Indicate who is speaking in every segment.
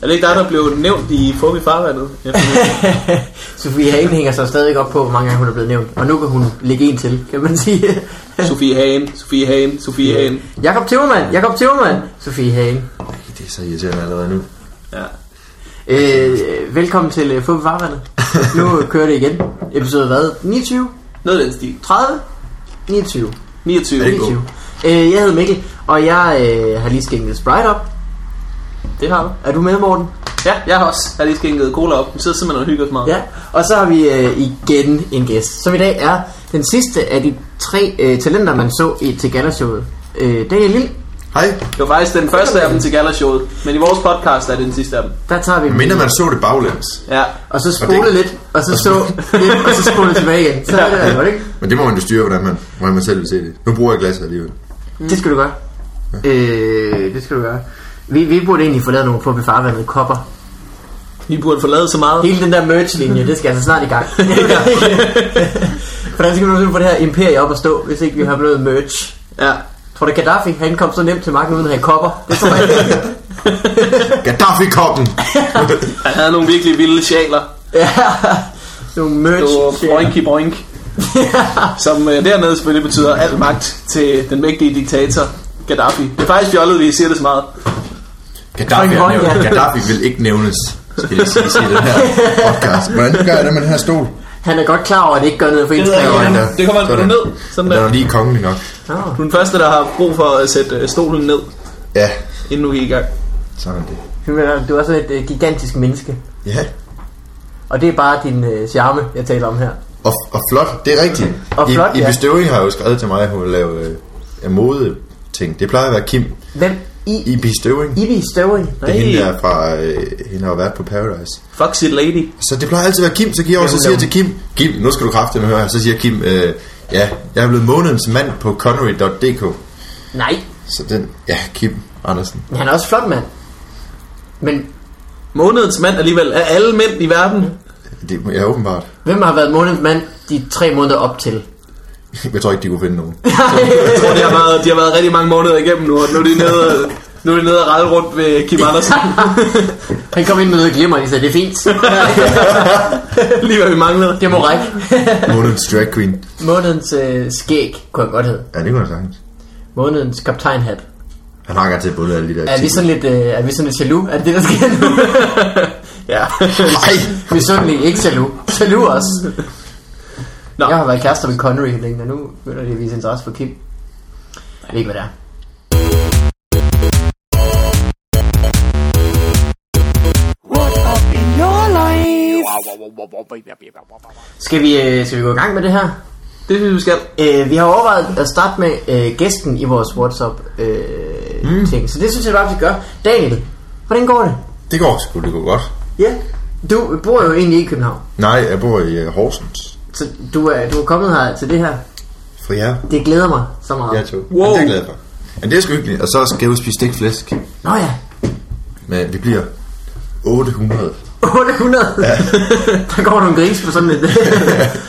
Speaker 1: det ikke dig, der blev nævnt i Fum i farvandet?
Speaker 2: Sofie Hagen hænger sig stadig op på, hvor mange gange hun er blevet nævnt. Og nu kan hun lægge en til, kan man sige.
Speaker 1: Sofie Hagen, Sofie Hagen, Sofie Hagen.
Speaker 2: Jakob Timmermann, Jakob Timmermann, Sofie Hagen.
Speaker 3: Det er så irriterende allerede nu.
Speaker 1: Ja.
Speaker 2: Øh, velkommen til øh, Fubi Farvandet. Nu kører det igen. Episode hvad? 29?
Speaker 1: Noget af den stil.
Speaker 2: 30? 29.
Speaker 1: 29.
Speaker 3: Bingo.
Speaker 2: 29. Øh, jeg hedder Mikkel, og jeg øh, har lige skænket Sprite op.
Speaker 1: Det har du.
Speaker 2: Er du med, Morten?
Speaker 1: Ja, jeg har også. Jeg har lige skænket cola op. Vi sidder simpelthen og hygger os meget.
Speaker 2: Ja. Og så har vi øh, igen en gæst, som i dag er den sidste af de tre øh, talenter, man så i, til galashowet. Øh, Daniel Lille,
Speaker 3: Hej.
Speaker 1: Det var faktisk den første af dem til galashowet. Men i vores podcast er det den sidste af dem.
Speaker 2: der tager vi dem.
Speaker 3: Mindre man så det baglæns.
Speaker 1: Ja.
Speaker 2: Og så spole
Speaker 3: Og det-
Speaker 2: lidt, og så så lidt, og så spole tilbage igen. Så er det, var det ikke?
Speaker 3: Men det må man jo styre, hvordan man, hvordan man selv vil se det. Nu bruger jeg glasset alligevel.
Speaker 2: Det skal du gøre. Øh, det skal du gøre. Vi, vi burde egentlig få lavet nogle Fubi Farvandet kopper.
Speaker 1: Vi burde få lavet så meget.
Speaker 2: Hele den der merch-linje, det skal altså snart i gang. Hvordan skal vi nogensinde få det her imperie op at stå, hvis ikke vi har noget merch?
Speaker 1: Ja.
Speaker 2: Tror du, Gaddafi han kom så nemt til magten uden at have kopper? Det tror jeg ikke.
Speaker 3: Gaddafi-koppen!
Speaker 1: Han havde nogle virkelig vilde sjaler.
Speaker 2: ja. Nogle merch.
Speaker 1: Det var boinky boink. Som øh, dernede selvfølgelig betyder al magt til den mægtige diktator Gaddafi. Det er faktisk fjollet, vi siger det så meget.
Speaker 3: Gaddafi, er
Speaker 2: Fucking
Speaker 3: nævnt.
Speaker 2: godt, ja.
Speaker 3: Gaddafi vil ikke nævnes, skal jeg sige, sige i den her podcast. Hvordan gør jeg det med den her stol?
Speaker 2: Han er godt klar over, at det ikke gør noget for ens
Speaker 1: ved jeg
Speaker 2: kræver.
Speaker 1: ikke. Ja,
Speaker 3: Sådan der.
Speaker 1: det kommer altså
Speaker 3: Sådan.
Speaker 1: ned. Sådan
Speaker 3: Den er
Speaker 1: der.
Speaker 3: jo lige kongelig nok.
Speaker 2: Nå.
Speaker 1: Du er den første, der har brug for at sætte øh, stolen ned,
Speaker 3: Ja,
Speaker 1: inden du gik i gang.
Speaker 3: sådan er det.
Speaker 2: Du er sådan et øh, gigantisk menneske.
Speaker 3: Ja,
Speaker 2: Og det er bare din øh, charme, jeg taler om her.
Speaker 3: og, og flot, det er rigtigt.
Speaker 2: Og flot,
Speaker 3: I,
Speaker 2: ja.
Speaker 3: I Bestøving har jo skrevet til mig, at hun vil lave øh, mode ting. Det plejer at være Kim
Speaker 2: Hvem? I,
Speaker 3: i Bestøving.
Speaker 2: Ibi Støvring.
Speaker 3: Det er
Speaker 1: Nej.
Speaker 3: hende der fra, øh, hende har jo været på Paradise.
Speaker 1: Fuck shit lady.
Speaker 3: Så det plejer altid at være Kim, så giver jeg over, så siger jeg til Kim, Kim, nu skal du kraftedeme høre, her." så siger Kim, øh, ja, jeg er blevet månedens mand på Connery.dk.
Speaker 2: Nej,
Speaker 3: Så den, ja, Kim Andersen.
Speaker 2: han er også flot mand. Men
Speaker 1: Månedens mand alligevel af alle mænd i verden.
Speaker 3: Det er ja, åbenbart.
Speaker 2: hvem har været månedens mand de tre måneder op til?
Speaker 3: Jeg tror ikke, de kunne finde nogen.
Speaker 1: Jeg tror, de har været, de har været rigtig mange måneder igennem nu, og nu er de nede, nu er de nede og rejde rundt ved Kim Andersen.
Speaker 2: Han kom ind med noget glimmer, og de sagde, det er fint.
Speaker 1: Lige hvad vi manglede.
Speaker 2: Det må række.
Speaker 3: Månedens drag queen.
Speaker 2: Månedens øh, skæg, kunne han godt hedde.
Speaker 3: Ja, det kunne jeg sagtens.
Speaker 2: Månedens kaptajnhat.
Speaker 3: Han har garanteret bundet alle de der
Speaker 2: Er vi sådan lidt, øh, er vi sådan lidt jaloux? Er det det, der sker nu?
Speaker 1: Ja.
Speaker 3: Nej!
Speaker 2: Misundelig, ikke jaloux. Jaloux også.
Speaker 1: Nå.
Speaker 2: Jeg har været kærester med Connery længe, og nu begynder de at vise interesse for Kim. Jeg ved ikke, hvad det er.
Speaker 4: What up in your life?
Speaker 2: Skal vi, øh, skal vi gå i gang med det her?
Speaker 1: Det synes vi skal.
Speaker 2: Øh, vi har overvejet at starte med øh, gæsten i vores WhatsApp-ting, øh, ting. så det synes jeg bare, vi gør. Daniel, hvordan går det?
Speaker 3: Det går sgu, det går godt.
Speaker 2: Ja. Du bor jo egentlig ikke i København,
Speaker 3: Nej, jeg bor i uh, Horsens.
Speaker 2: så du er, du er kommet her til det her.
Speaker 3: For jer.
Speaker 2: Det glæder mig så meget.
Speaker 3: Jeg tog.
Speaker 1: Wow.
Speaker 3: Wow. Det er jeg glad for. Men det er sgu hyggeligt. Og så skal jeg ud og spise stegt flæsk.
Speaker 2: Nå ja,
Speaker 3: Men vi bliver 800.
Speaker 2: 800. Ja. Der går nogle gris på sådan et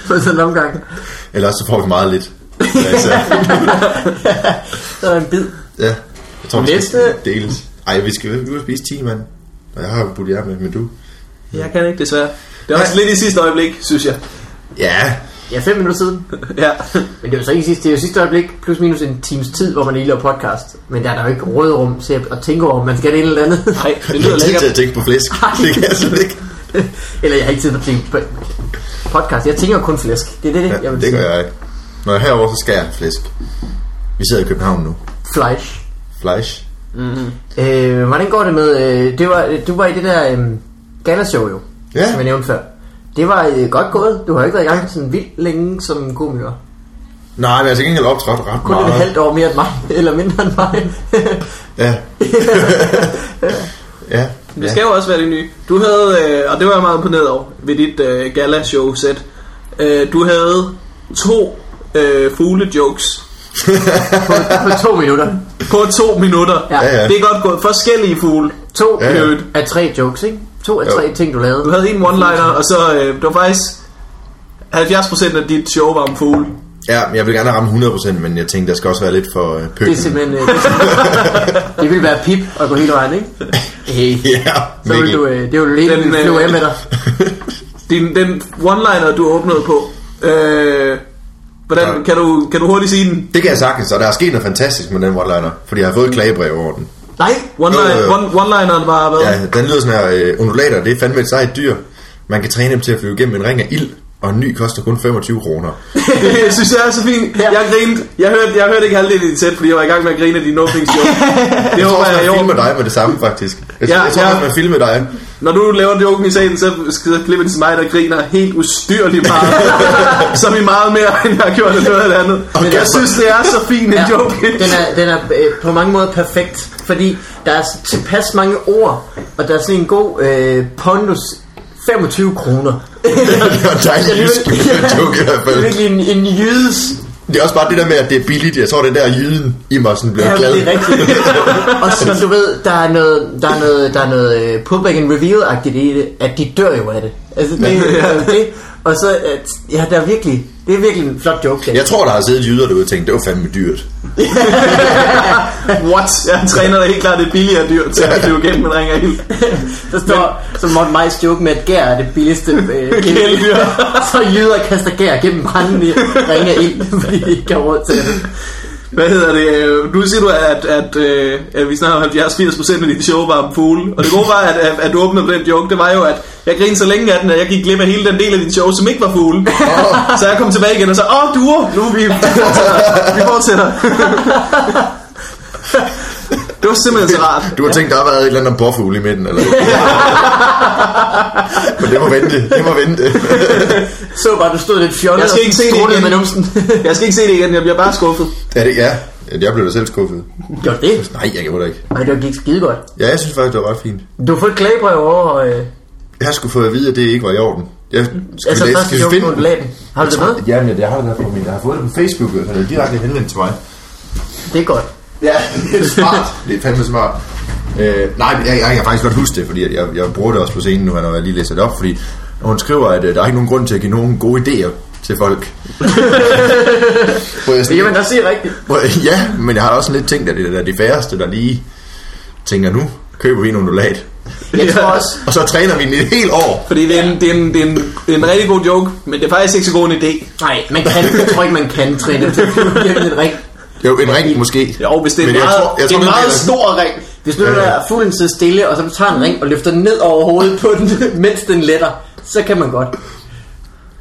Speaker 2: på sådan en omgang.
Speaker 3: Ellers så får vi meget lidt. Altså,
Speaker 2: Så er der en bid.
Speaker 3: Ja. Jeg tror, vi
Speaker 1: Næste-
Speaker 3: skal deles. Ej, vi skal vi skal spise 10, mand. Og jeg har jo budt jer med, men du...
Speaker 1: Jeg kan ikke, desværre. Det var også lidt i sidste øjeblik, synes jeg.
Speaker 3: Ja,
Speaker 2: Ja, fem minutter siden.
Speaker 1: Ja.
Speaker 2: Men det er jo så ikke sidste, det er jo sidste øjeblik, plus minus en times tid, hvor man lige laver podcast. Men der er der jo ikke rådrum til at, at tænke over, om man skal det ene eller andet.
Speaker 1: Nej, det
Speaker 3: jeg
Speaker 1: lyder
Speaker 3: har tid til
Speaker 1: lækkert.
Speaker 3: at tænke på flæsk. Det kan jeg slet ikke.
Speaker 2: Eller jeg har ikke tid til at tænke på podcast. Jeg tænker kun flæsk. Det er det,
Speaker 3: Ja,
Speaker 2: jeg vil
Speaker 3: det
Speaker 2: sige.
Speaker 3: gør jeg ikke. Når jeg er herovre, så skal jeg have flæsk. Vi sidder i København nu.
Speaker 2: Fleisch.
Speaker 3: Fleisch.
Speaker 2: Øh, hvordan går det med... Øh, det var, du var i det der øh, galashow jo,
Speaker 3: Ja.
Speaker 2: som jeg nævnte før. Det var øh, godt gået. Du har ikke været i gang sådan vildt længe som komiker.
Speaker 3: Nej, men jeg har til gengæld optrådt ret
Speaker 2: Kun et
Speaker 3: meget.
Speaker 2: halvt år mere end mig, eller mindre end mig.
Speaker 3: Ja. ja.
Speaker 1: Det
Speaker 3: ja.
Speaker 1: skal jo også være det nye. Du havde, øh, og det var jeg meget imponeret over, ved dit øh, gala-show-sæt. Øh, du havde to øh, fugle-jokes
Speaker 2: på, på to minutter.
Speaker 1: på to minutter.
Speaker 2: Ja.
Speaker 3: Ja, ja.
Speaker 1: Det er godt gået. Forskellige fugle.
Speaker 2: To
Speaker 3: Ja, ja.
Speaker 1: Øvrigt.
Speaker 2: af tre jokes, ikke? To af
Speaker 3: Jo.
Speaker 2: tre ting, du lavede.
Speaker 1: Du havde en one-liner, og så øh, det var faktisk 70% af dit show var om fugle.
Speaker 3: Ja, men jeg vil gerne ramme 100%, men jeg tænkte, der skal også være lidt for øh,
Speaker 2: Det
Speaker 3: pøkken.
Speaker 2: er simpelthen... Øh, det ville være pip at gå hele vejen, ikke? Hey.
Speaker 3: Ja,
Speaker 2: Så vil
Speaker 3: Mikkel.
Speaker 2: du, øh, det er jo lidt
Speaker 1: Den,
Speaker 2: en
Speaker 1: øh,
Speaker 2: flyve af med dig.
Speaker 1: Din, den one-liner, du åbnede på, øh, hvordan,
Speaker 3: Ja.
Speaker 1: kan, du, kan du hurtigt sige den?
Speaker 3: Det kan jeg sagtens, og der er sket noget fantastisk med den one-liner, fordi jeg har fået et klagebrev over den.
Speaker 2: Nej,
Speaker 1: One-liner,
Speaker 3: Øh.
Speaker 1: one, one-lineren var hvad?
Speaker 3: Ja, den lyder sådan her, øh, undulater, det er fandme et sejt dyr. Man kan træne dem til at flyve gennem en ring af ild, og en ny koster kun 25 kroner.
Speaker 1: Det synes jeg er så fint.
Speaker 2: Ja.
Speaker 1: Jeg grinede. Jeg hørte, jeg hørte ikke halvdelen i det sæt, fordi jeg var i gang med at grine af dine opening show. Det
Speaker 3: Jeg tror
Speaker 1: håber
Speaker 3: også,
Speaker 1: jeg,
Speaker 3: man
Speaker 1: jeg
Speaker 3: filmer dig med det samme, faktisk. Jeg,
Speaker 1: Ja,
Speaker 3: ja, jeg tror
Speaker 1: ja.
Speaker 3: også, man filmer dig.
Speaker 1: Når du laver en joken i salen, så skal jeg klippe til mig, der griner helt ustyrligt meget. som i meget mere, end jeg har gjort af noget eller andet. Men jeg
Speaker 3: Kasper.
Speaker 1: synes, det er så fint en
Speaker 2: Ja,
Speaker 1: joke.
Speaker 2: den er, den er øh, på mange måder perfekt, fordi der er tilpas mange ord, og der er sådan en god øh, pondus 25 kroner.
Speaker 3: Det var en dejlig jysk joke i hvert
Speaker 2: Det er
Speaker 3: fald.
Speaker 2: virkelig en, en jydes...
Speaker 3: Det er også bare det der med, at det er billigt. Jeg tror, den der jyden i mig sådan bliver
Speaker 2: Ja,
Speaker 3: glad.
Speaker 2: det er rigtigt. og så du ved, der er noget, der er noget, der er noget øh, public and reveal-agtigt i det, at de dør jo af det. Altså, det, er jo det. Og så, at, ja, der er virkelig, det er virkelig en flot joke. Den.
Speaker 3: Jeg tror, der har siddet jyder derude og tænkt, det var fandme dyrt.
Speaker 1: What? Jeg træner da helt klart et billigere dyr til at flyve gennem en ring af ild.
Speaker 2: Der står som Morten Majs joke med, at gær er det billigste øh,
Speaker 1: Kæledyr.
Speaker 2: så jyder kaster gær gennem branden i ringe ild, fordi de ikke har råd til det.
Speaker 1: Hvad hedder det? øh, Nu siger du, at, at, øh, at vi snakker om 70-80% af dit show var om fugle. Og det gode var, at, at, at du åbnede på den joke, det var jo, at jeg grinede så længe af den, at jeg gik glip af hele den del af dit show, som ikke var fugle. Så jeg kom tilbage igen og så, åh, oh, duer, nu er vi, vi fortsætter. Vi fortsætter. det var simpelthen så rart.
Speaker 3: Du har tænkt, der har været et eller andet om påfugle i midten, eller Men det må vente, det må vente.
Speaker 2: Så bare, du stod lidt fjollet
Speaker 1: Jeg skal
Speaker 2: og
Speaker 1: ikke se det
Speaker 2: struttede
Speaker 1: igen.
Speaker 2: med numsen.
Speaker 1: Jeg skal ikke se det igen, jeg bliver bare skuffet.
Speaker 3: Er det, ja, jeg blev da selv skuffet.
Speaker 2: Gjorde det?
Speaker 3: Nej, jeg gjorde det ikke.
Speaker 2: Ej, det gik skide godt.
Speaker 3: Ja, jeg synes faktisk, det var ret fint.
Speaker 2: Du har fået et klagebrev over... Øh,
Speaker 3: Jeg skulle få at vide, at det ikke var i orden. Jeg skal
Speaker 2: altså
Speaker 3: læse,
Speaker 2: første
Speaker 3: skal vi
Speaker 2: joke på
Speaker 3: finde den?
Speaker 2: undulaten. Har du det med?
Speaker 3: Jamen, jeg- jeg har det der på min. Jeg har fået det på Facebook, og det er direkte henvendt til mig.
Speaker 2: Det er godt.
Speaker 3: Ja, det er smart. det er fandme smart. Øh, nej, jeg, jeg, kan faktisk godt huske det, fordi jeg, jeg bruger det også på scenen nu, når jeg lige læser det op, fordi hun skriver, at øh, der er ikke nogen grund til at give nogen gode idéer til folk. Hvor jeg
Speaker 2: Det
Speaker 3: sådan,
Speaker 2: kan man da se rigtigt.
Speaker 3: hvor- ja, men jeg har da også lidt tænkt, at det er de færreste, der lige tænker, nu køber vi en undulat.
Speaker 2: Jeg tror
Speaker 1: Ja.
Speaker 2: også...
Speaker 3: Og så træner vi den et helt år.
Speaker 1: Fordi det er en, det er en, det er en, det er en rigtig god joke, men det er faktisk ikke så god en idé.
Speaker 2: Nej, man kan, jeg tror ikke, man kan træne dem til at flyve gennem et ring.
Speaker 3: Jo, en ring måske.
Speaker 1: Jo, hvis det er en
Speaker 3: Men jeg
Speaker 1: meget,
Speaker 3: tror- jeg
Speaker 1: det er
Speaker 3: tror,
Speaker 1: en
Speaker 3: den
Speaker 1: meget
Speaker 3: deler-
Speaker 1: stor ring.
Speaker 2: Hvis nu der er fuglen sidder stille, og så du tager en ring og løfter den ned over hovedet på den, mens den letter, så kan man godt.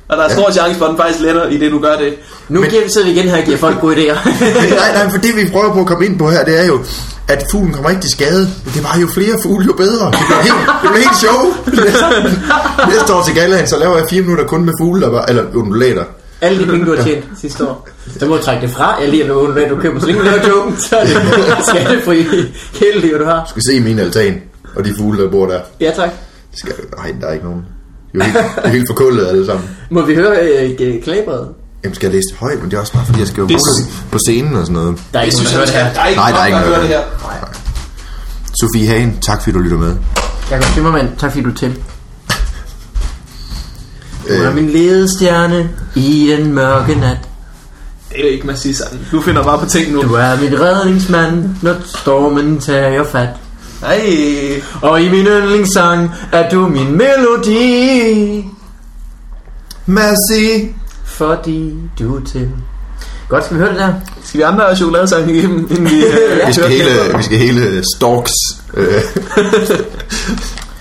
Speaker 1: Og der er stor chance for, at den faktisk letter i det, du gør det.
Speaker 2: Nu Men... giver vi så igen her og giver folk gode idéer.
Speaker 3: Men nej, nej, for det vi prøver på at komme ind på her, det er jo, at fuglen kommer ikke til skade. Det var jo flere fugle, jo bedre. Det blev helt, det blev helt sjov. Næste- Næste år til galaen, så laver jeg fire minutter kun med fugle, der var, eller undulater.
Speaker 2: Alle de penge, du har tjent sidste år. Du må trække det fra. Jeg lige er uden, du køber. Så længe du laver joken, så er det skattefri hele livet, du har.
Speaker 3: Du skal se min altan, og de fugle, der bor der.
Speaker 2: Ja, tak.
Speaker 3: Det skal du. Nej, der er ikke nogen. De er jo helt, de er helt forkullet alle sammen.
Speaker 2: Må vi høre øh, klagebredet?
Speaker 3: Jamen, skal jeg læse det højt, men det er også bare, fordi jeg skal jo
Speaker 1: Det-
Speaker 3: bruge det på scenen og sådan noget.
Speaker 2: Der er ikke nogen, der hører det her.
Speaker 1: Altså, Der er ikke
Speaker 3: Nej, der er
Speaker 1: nogen,
Speaker 3: ikke
Speaker 1: der hører
Speaker 3: noget.
Speaker 1: det her.
Speaker 3: Sofie Hagen, tak fordi du lytter med.
Speaker 2: Jakob Timmermann, tak fordi du er til. Du er
Speaker 3: Øh,
Speaker 2: min ledestjerne i den mørke nat.
Speaker 1: Det er ikke Massis sang. Du finder bare på ting nu.
Speaker 2: Du er min redningsmand, når stormen tager fat.
Speaker 1: Nej.
Speaker 2: Og i min yndlingssang er du min melodi
Speaker 3: Merci.
Speaker 2: Fordi du er til Godt, skal vi høre det der?
Speaker 1: Skal vi andre have chokoladesang igennem, inden vi... Øh,
Speaker 3: Vi skal
Speaker 1: kører
Speaker 3: hele, vi
Speaker 1: kæmper?
Speaker 3: skal hele Storks øh,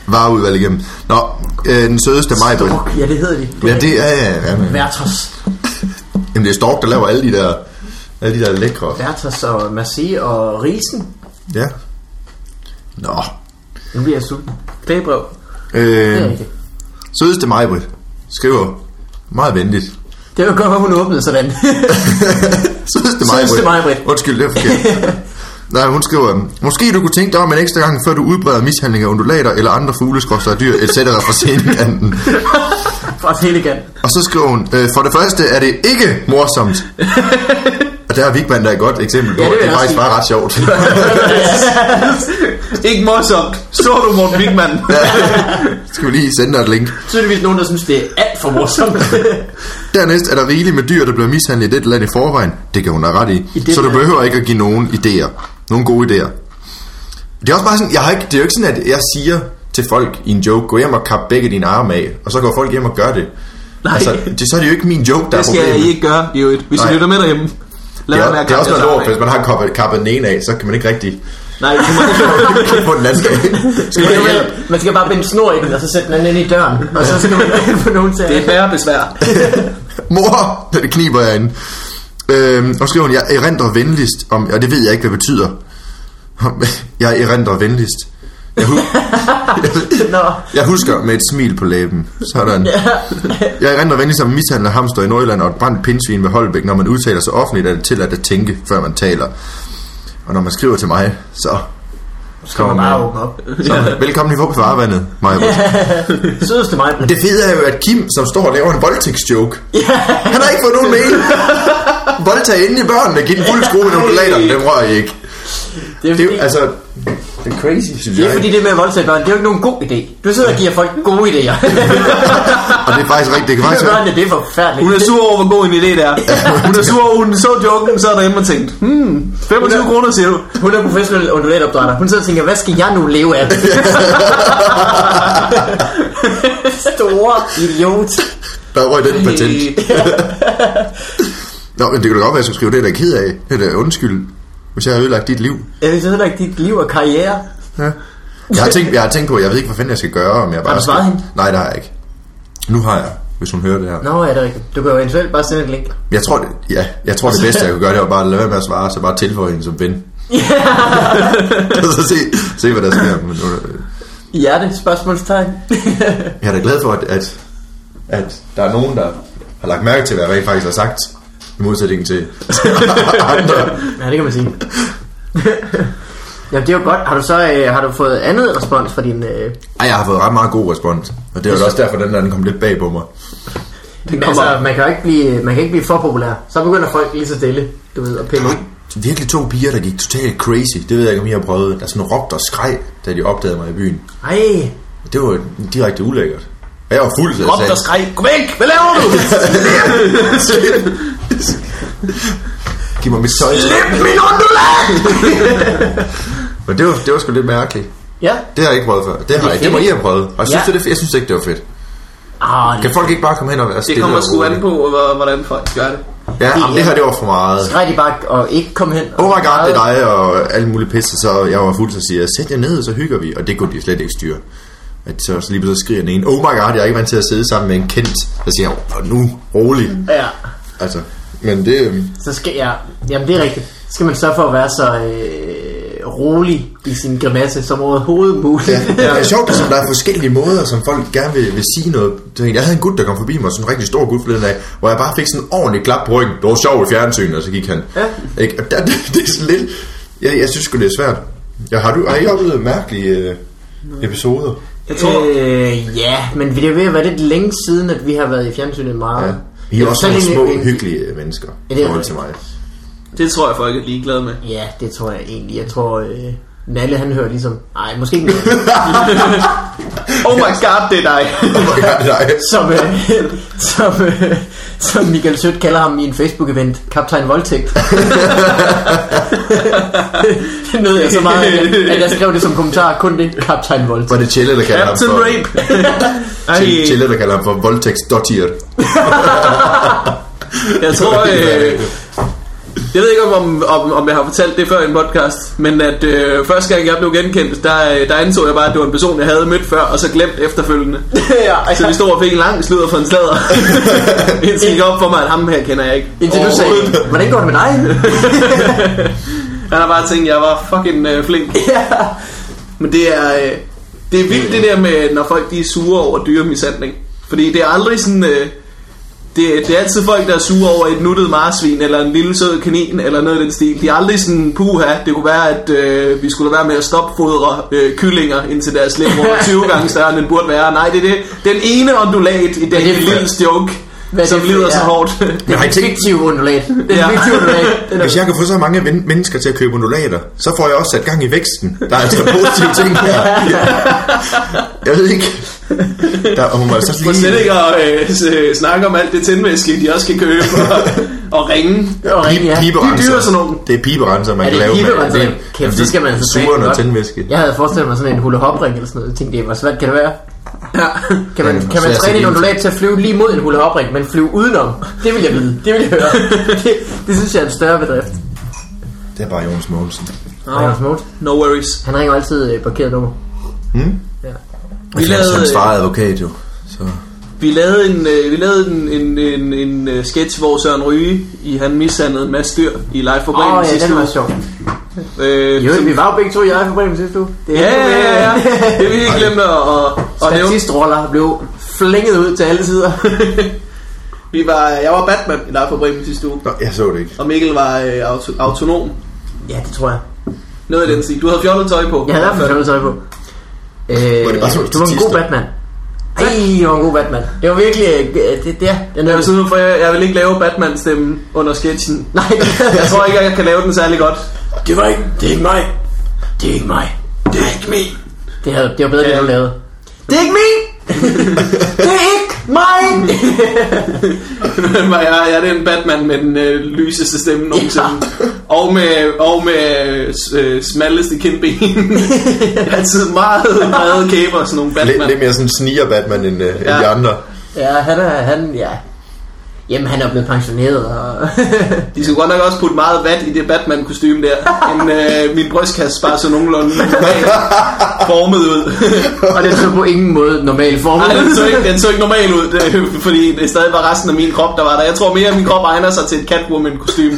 Speaker 3: vareudvalg igennem. Nå, øh, den sødeste mig.
Speaker 2: Dork, ja det hedder de
Speaker 3: Ja, det er... Ja, ja, ja.
Speaker 2: Vertos
Speaker 3: Jamen, det er Stork, der laver alle de der, alle de der lækre.
Speaker 2: Vertos og Merci og Risen
Speaker 3: Ja. Nå.
Speaker 2: Nu bliver jeg sulten
Speaker 1: Klagebrev.
Speaker 2: Det er
Speaker 3: Øh,
Speaker 2: rigtigt
Speaker 3: sødeste mig, skriver meget venligt.
Speaker 2: Det var godt, at hun åbnede sådan
Speaker 3: Sødeste
Speaker 2: Sødeste
Speaker 3: mig,
Speaker 2: Maj-Britt.
Speaker 3: Undskyld, det var forkert. Nej, hun skriver, øhm, måske du kunne tænke dig om en ekstra gang, før du udbreder mishandling af undulater eller andre fugleskroster af dyr, etc. fra scenekanten.
Speaker 2: fra Telegan
Speaker 3: Og så skriver hun, øh, for det første er det ikke morsomt. og der er Vigman, der er et godt eksempel på,
Speaker 2: Ja,
Speaker 3: ja,
Speaker 2: det vil
Speaker 3: det, det
Speaker 2: jeg
Speaker 3: er
Speaker 2: også
Speaker 3: faktisk
Speaker 2: sige.
Speaker 3: bare ret sjovt.
Speaker 1: Ikke morsomt. Så du Morten Wigman.
Speaker 3: Skal vi lige sende dig et link.
Speaker 2: Tydeligvis nogen, der synes, det er alt for morsomt.
Speaker 3: Dernæst er der rigeligt med dyr, der bliver mishandlet i dette land i forvejen. Det kan hun have ret i.
Speaker 2: I det
Speaker 3: så du
Speaker 2: land.
Speaker 3: behøver ikke at give nogen idéer. Nogle gode idéer. Det er også bare sådan, jeg har ikke, det er jo ikke sådan, at jeg siger til folk i en joke, gå hjem og kap begge dine arme af, og så går folk hjem og gør det.
Speaker 1: Nej.
Speaker 3: Altså, det, så er det jo ikke min joke, der
Speaker 1: Det
Speaker 3: er
Speaker 1: skal
Speaker 3: problemet.
Speaker 1: I ikke gøre, det er jo et. Hvis I
Speaker 3: Nej.
Speaker 1: lytter med derhjemme, lad
Speaker 3: Det
Speaker 1: være
Speaker 3: er,
Speaker 1: med at
Speaker 3: det er
Speaker 1: kappe
Speaker 3: også noget
Speaker 1: jeres
Speaker 3: lort,
Speaker 1: arme af.
Speaker 3: hvis man har kappet, kappet den ene af, så kan man ikke rigtig
Speaker 1: Nej, du må ikke.
Speaker 3: kigge på den anden af. Skal man have hjælp?
Speaker 2: man skal bare binde snor i den, og så sætte den anden ind i døren. Og så skal man ikke få nogen til
Speaker 1: Det er
Speaker 2: at...
Speaker 1: færre besvær.
Speaker 3: Mor, det kniber jeg inde. Øhm, og skriver hun, jeg erindrer venligst om, og det ved jeg ikke, hvad det betyder. Jeg erindrer venligst. Jeg, hu-
Speaker 2: Nå.
Speaker 3: jeg husker med et smil på læben. Sådan. Jeg erindrer venligst om mishandler hamster i Nordjylland og et brændt pindsvin ved Holbæk. Når man udtaler sig offentligt, er det til at tænke, før man taler. Og når man skriver til mig, så...
Speaker 2: Skal man bare åbne op.
Speaker 3: så velkommen i Våben for Arvandet, Maja.
Speaker 2: Sødeste mig.
Speaker 3: Det fede er jo, at Kim, som står og laver en voldtægtsjoke, han har ikke fået nogen mail. Voldtag ind i børnene, giv den fuld skrue med nogle plater, dem rører I ikke.
Speaker 2: Det er,
Speaker 3: Det er
Speaker 2: fordi,
Speaker 3: jo, altså, det er crazy, synes
Speaker 2: det
Speaker 3: jeg.
Speaker 2: er fordi det med at voldtage børn, det er jo ikke nogen god idé. Du sidder og giver folk gode idéer.
Speaker 3: Og det er faktisk rigtigt, det
Speaker 2: Det
Speaker 3: kan faktisk
Speaker 2: børnene, det er forfærdeligt.
Speaker 1: Hun er sur over, hvor god en idé det er. Hun er sur over, hun så joken, så er derhjemme og tænkt, hmm, 25 kroner siger du.
Speaker 2: Hun er professionel undulatopdrætter. Hun sidder og tænker, hvad skal jeg nu leve af? Store idiot. Øh,
Speaker 3: Der røg den patent. Nå, men det kunne da godt være, at jeg skulle skrive, det er jeg da ked af. Det er da undskyld, hvis jeg har ødelagt dit liv.
Speaker 2: Jeg ved heller ikke dit liv og karriere.
Speaker 3: Ja. Jeg har tænkt, jeg har tænkt på, jeg ved ikke, hvad fanden jeg skal gøre, om jeg bare
Speaker 2: du
Speaker 3: skal...
Speaker 2: svaret hende?
Speaker 3: Nej, det har jeg ikke. Nu har jeg, hvis hun hører det her.
Speaker 2: Nå, er det rigtigt. Du kan jo eventuelt bare sende et link.
Speaker 3: Jeg tror, det, ja, jeg tror det bedste, jeg kunne gøre, det var bare at lade være med at svare, så bare tilføje hende som ven. og så se, se, hvad der sker. Men, nu-
Speaker 2: Hjerte, spørgsmålstegn.
Speaker 3: jeg er da glad for, at, at, at der er nogen, der har lagt mærke til, hvad jeg rent faktisk har sagt. I modsætning til andre.
Speaker 2: ja, det kan man sige. Jamen, det er jo godt. Har du så øh, har du fået andet respons fra din... Øh,
Speaker 3: Ej, jeg har fået ret meget god respons. Og det er jo også derfor, den der den kom lidt bag på mig.
Speaker 2: men altså, man kan jo ikke blive, man kan ikke blive for populær. Så begynder folk lige så stille, du ved, at pille ud.
Speaker 3: Virkelig to piger, der gik totalt crazy. Det ved jeg ikke, om I har prøvet. Der sådan råbte og skreg, da de opdagede mig i byen.
Speaker 2: Ej,
Speaker 3: Det var direkte ulækkert. Og jeg var fuld, så jeg
Speaker 1: Råb
Speaker 3: sagde-
Speaker 1: der skreg, gå væk, hvad laver du?
Speaker 3: Giv mig mit tøj.
Speaker 1: Slip min undulat!
Speaker 3: Men det var, det var sgu lidt mærkeligt.
Speaker 2: ja.
Speaker 3: Det har jeg ikke prøvet før. Det, har jeg, ikke. det må I have prøvet. Og jeg synes,
Speaker 2: Ja.
Speaker 3: ja. det, jeg synes ikke, det var fedt.
Speaker 2: Arh,
Speaker 3: Kan folk ikke bare komme hen og være
Speaker 1: Det
Speaker 3: stille
Speaker 1: kommer
Speaker 3: og
Speaker 1: sgu an
Speaker 3: roligt?
Speaker 1: på, hvor- hvordan folk gør det.
Speaker 3: Ja, jamen, det her det var for meget.
Speaker 2: Drej de bare og ikke komme hen.
Speaker 3: Oh my god, det er dig og alle mulige pisse. Så jeg var fuld, så siger jeg, sæt jer ned, så hygger vi. Og det kunne de slet ikke styre. At så, så lige pludselig skriger den ene, oh my god, jeg er ikke vant til at sidde sammen med en kendt. Så siger jeg, "Åh, nu, rolig.
Speaker 2: Ja,
Speaker 3: Altså, men det... øhm,
Speaker 2: så skal jeg... Jamen, det er rigtigt. Så skal man sørge for at være så øh, rolig i sin grimasse som overhovedet muligt.
Speaker 3: Ja, det er sjovt, som der er forskellige måder, som folk gerne vil, vil sige noget. Det er egentlig- Jeg havde en gut, der kom forbi mig, sådan en rigtig stor gut forleden af, hvor jeg bare fik sådan en ordentlig klap på ryggen. Det var sjovt i fjernsynet, og så gik han.
Speaker 2: Ja.
Speaker 3: Ikke? Og der, det, det er sådan lidt... Jeg, jeg synes sgu, det er svært. Ja, har, du, har I oplevet mærkelige øh, episoder?
Speaker 1: Jeg tror,
Speaker 2: Øh, ja, men det er ved at være lidt længe siden, at vi har været i fjernsynet meget.
Speaker 3: Ja.
Speaker 2: Ja.
Speaker 3: I er også nogle små, hyggelige øh, mennesker.
Speaker 2: Ja,
Speaker 3: Ja,
Speaker 2: det er
Speaker 3: det er til
Speaker 2: rigtigt.
Speaker 3: mig.
Speaker 1: det tror jeg, folk er ligeglade med.
Speaker 2: Ja, det tror jeg egentlig. Jeg tror, øh, Nalle han hører ligesom... Nej, måske ikke Nalle.
Speaker 1: Oh my god, det er dig.
Speaker 3: Oh my God, nej.
Speaker 2: som, øh, som, øh, som Michael Sødt kalder ham i en Facebook-event. Kaptajn Voldtægt. det nød jeg så meget, at jeg, at jeg skrev det som kommentar. Kun det, Kaptajn Voldtægt.
Speaker 3: Var det Chelle, der kalder ham
Speaker 1: Captain
Speaker 3: for...
Speaker 1: Rape. Ej,
Speaker 3: Chelle- Chelle, der kalder ham for voldtægtsdottier.
Speaker 1: jeg tror... Øh, jeg ved ikke, om, om, om jeg har fortalt det før i en podcast, men at øh, første gang jeg blev genkendt, der, øh, der anså jeg bare, at det var en person, jeg havde mødt før, og så glemt efterfølgende.
Speaker 2: ja,
Speaker 1: Så vi stod og fik en lang sludder for en sladder. Indtil det gik op for mig, at ham her kender jeg ikke.
Speaker 2: Indtil du sagde, hvordan går det med dig?
Speaker 1: Han har bare tænkt, at jeg var fucking øh, flink. Men det er, øh, det er vildt det der med, når folk de er sure over dyremishandling. Fordi det er aldrig sådan... Øh, det, det er altid folk, der er sure over et nuttet marsvin, eller en lille sød kanin, eller noget af den stil. De er aldrig sådan, puha, det kunne være, at øh, vi skulle lade være med at stopfodre øh, kyllinger, indtil deres slæb var 20 gange større, end den burde være. Nej, det er det. Den ene ondulat i den
Speaker 2: det er-
Speaker 1: lille joke.
Speaker 2: Hvad
Speaker 1: som
Speaker 2: det for-
Speaker 1: lider så
Speaker 2: ja.
Speaker 1: hårdt.
Speaker 2: Det er
Speaker 3: Jeg
Speaker 2: en
Speaker 3: tænkte-
Speaker 2: fiktiv undulat. Det er
Speaker 1: Ja.
Speaker 2: en fiktiv undulat. Den er-
Speaker 3: Hvis jeg kan få så mange men- mennesker til at købe undulater, så får jeg også sat gang i væksten. Der er altså positive ting her. Jeg ved ikke. Der, og hun må altså
Speaker 1: For slet
Speaker 3: lige
Speaker 1: ikke at øh, s- snakke om alt det tændvæske, de også skal købe og, og ringe.
Speaker 2: og ringe,
Speaker 3: Pibe,
Speaker 2: ja.
Speaker 1: De er
Speaker 3: piberenser.
Speaker 1: dyre, sådan nogle.
Speaker 3: Det er piberenser, man
Speaker 2: Er
Speaker 3: kan
Speaker 2: det
Speaker 3: lave med.
Speaker 2: piberenser?
Speaker 3: det-
Speaker 2: Kæft,
Speaker 3: jamen,
Speaker 2: så
Speaker 3: det
Speaker 2: skal man altså
Speaker 3: er
Speaker 2: smage
Speaker 3: Suren
Speaker 2: den
Speaker 3: og
Speaker 2: godt.
Speaker 3: tændvæske.
Speaker 2: Jeg havde forestillet mig sådan en hulahopring eller sådan noget. Jeg tænkte, det, hvor svært kan det være?
Speaker 1: Ja.
Speaker 2: Kan man,
Speaker 3: Ja,
Speaker 2: kan man
Speaker 3: så
Speaker 2: træne
Speaker 3: er det
Speaker 2: en
Speaker 3: vildt.
Speaker 2: undulat til at flyve lige mod en hulahopring, men flyve udenom? Det vil jeg vide. Det vil jeg høre. Det, det synes jeg er en større bedrift.
Speaker 3: Det er bare Jonas Mogensen.
Speaker 2: Anders Moth,
Speaker 1: No worries.
Speaker 2: han ringer altid øh, parkeret nummer.
Speaker 1: Vi lavede,
Speaker 3: Hans far er advokat jo. Så.
Speaker 1: vi lavede, en, øh, vi lavede en, en, en, en øh, sketch, hvor Søren Ryge i, han mishandlede en masse dyr i live for
Speaker 2: Åh
Speaker 1: Bremen
Speaker 2: oh, ja,
Speaker 1: sidste
Speaker 2: den var
Speaker 1: uge.
Speaker 2: sjov.
Speaker 1: Øh,
Speaker 2: Jo,
Speaker 1: som-
Speaker 2: vi var jo begge to i Ejfer Bremen sidste uge. Det er
Speaker 1: Ja, ja, ja, ja. Det vil vi ikke glemme at, at, at nævne.
Speaker 2: Statistroller blev flænget ud til alle sider.
Speaker 1: Vi var, jeg var Batman i live for Bremen sidste uge.
Speaker 3: Nå, jeg så det ikke.
Speaker 1: Og Mikkel var øh, auto, autonom.
Speaker 2: ja, det tror jeg.
Speaker 1: Noget af den stil. Du havde fjollet tøj på.
Speaker 2: Jeg havde i hvert fald noget tøj på. Øh,
Speaker 3: Var det bare sådan nogle
Speaker 2: du var en god
Speaker 3: statister?
Speaker 2: Batman. Ej, du var en god Batman. Det var virkelig... øh, Det, det, er- det er
Speaker 1: Jeg vil,
Speaker 2: noget,
Speaker 1: sige, for jeg, jeg vil ikke lave Batman-stemmen under sketchen.
Speaker 2: Nej,
Speaker 1: Jeg tror ikke, jeg kan lave den særlig godt.
Speaker 2: det var ikke... Det er ikke mig. Det er ikke mig.
Speaker 1: Det er ikke me.
Speaker 2: Det, havde, det var bedre, det
Speaker 1: Ja.
Speaker 2: du lavede.
Speaker 1: Det er ikke me.
Speaker 2: Det er ikke mig!
Speaker 1: Men jeg, jeg er den Batman med den øh, lyseste stemme nogensinde. Og med, og med øh, s- øh, smalleste kindben. jeg har altid meget, meget kæber, sådan nogle
Speaker 3: Lidt,
Speaker 1: Batman.
Speaker 3: lidt mere sådan sniger Batman end, øh, end
Speaker 1: Ja.
Speaker 3: de andre.
Speaker 2: ja, han er... Han, ja. Jamen, han er blevet pensioneret, og...
Speaker 1: De skulle godt nok også putte meget vat i det batman kostume der. Men øh, min brystkasse bare så nogenlunde øh, formet ud.
Speaker 2: og det er så på ingen måde normal form.
Speaker 1: Nej, den så ikke, den så ikke normal ud, det, fordi det stadig var resten af min krop, der var der. Jeg tror mere, at min krop egner sig til et catwoman kostume.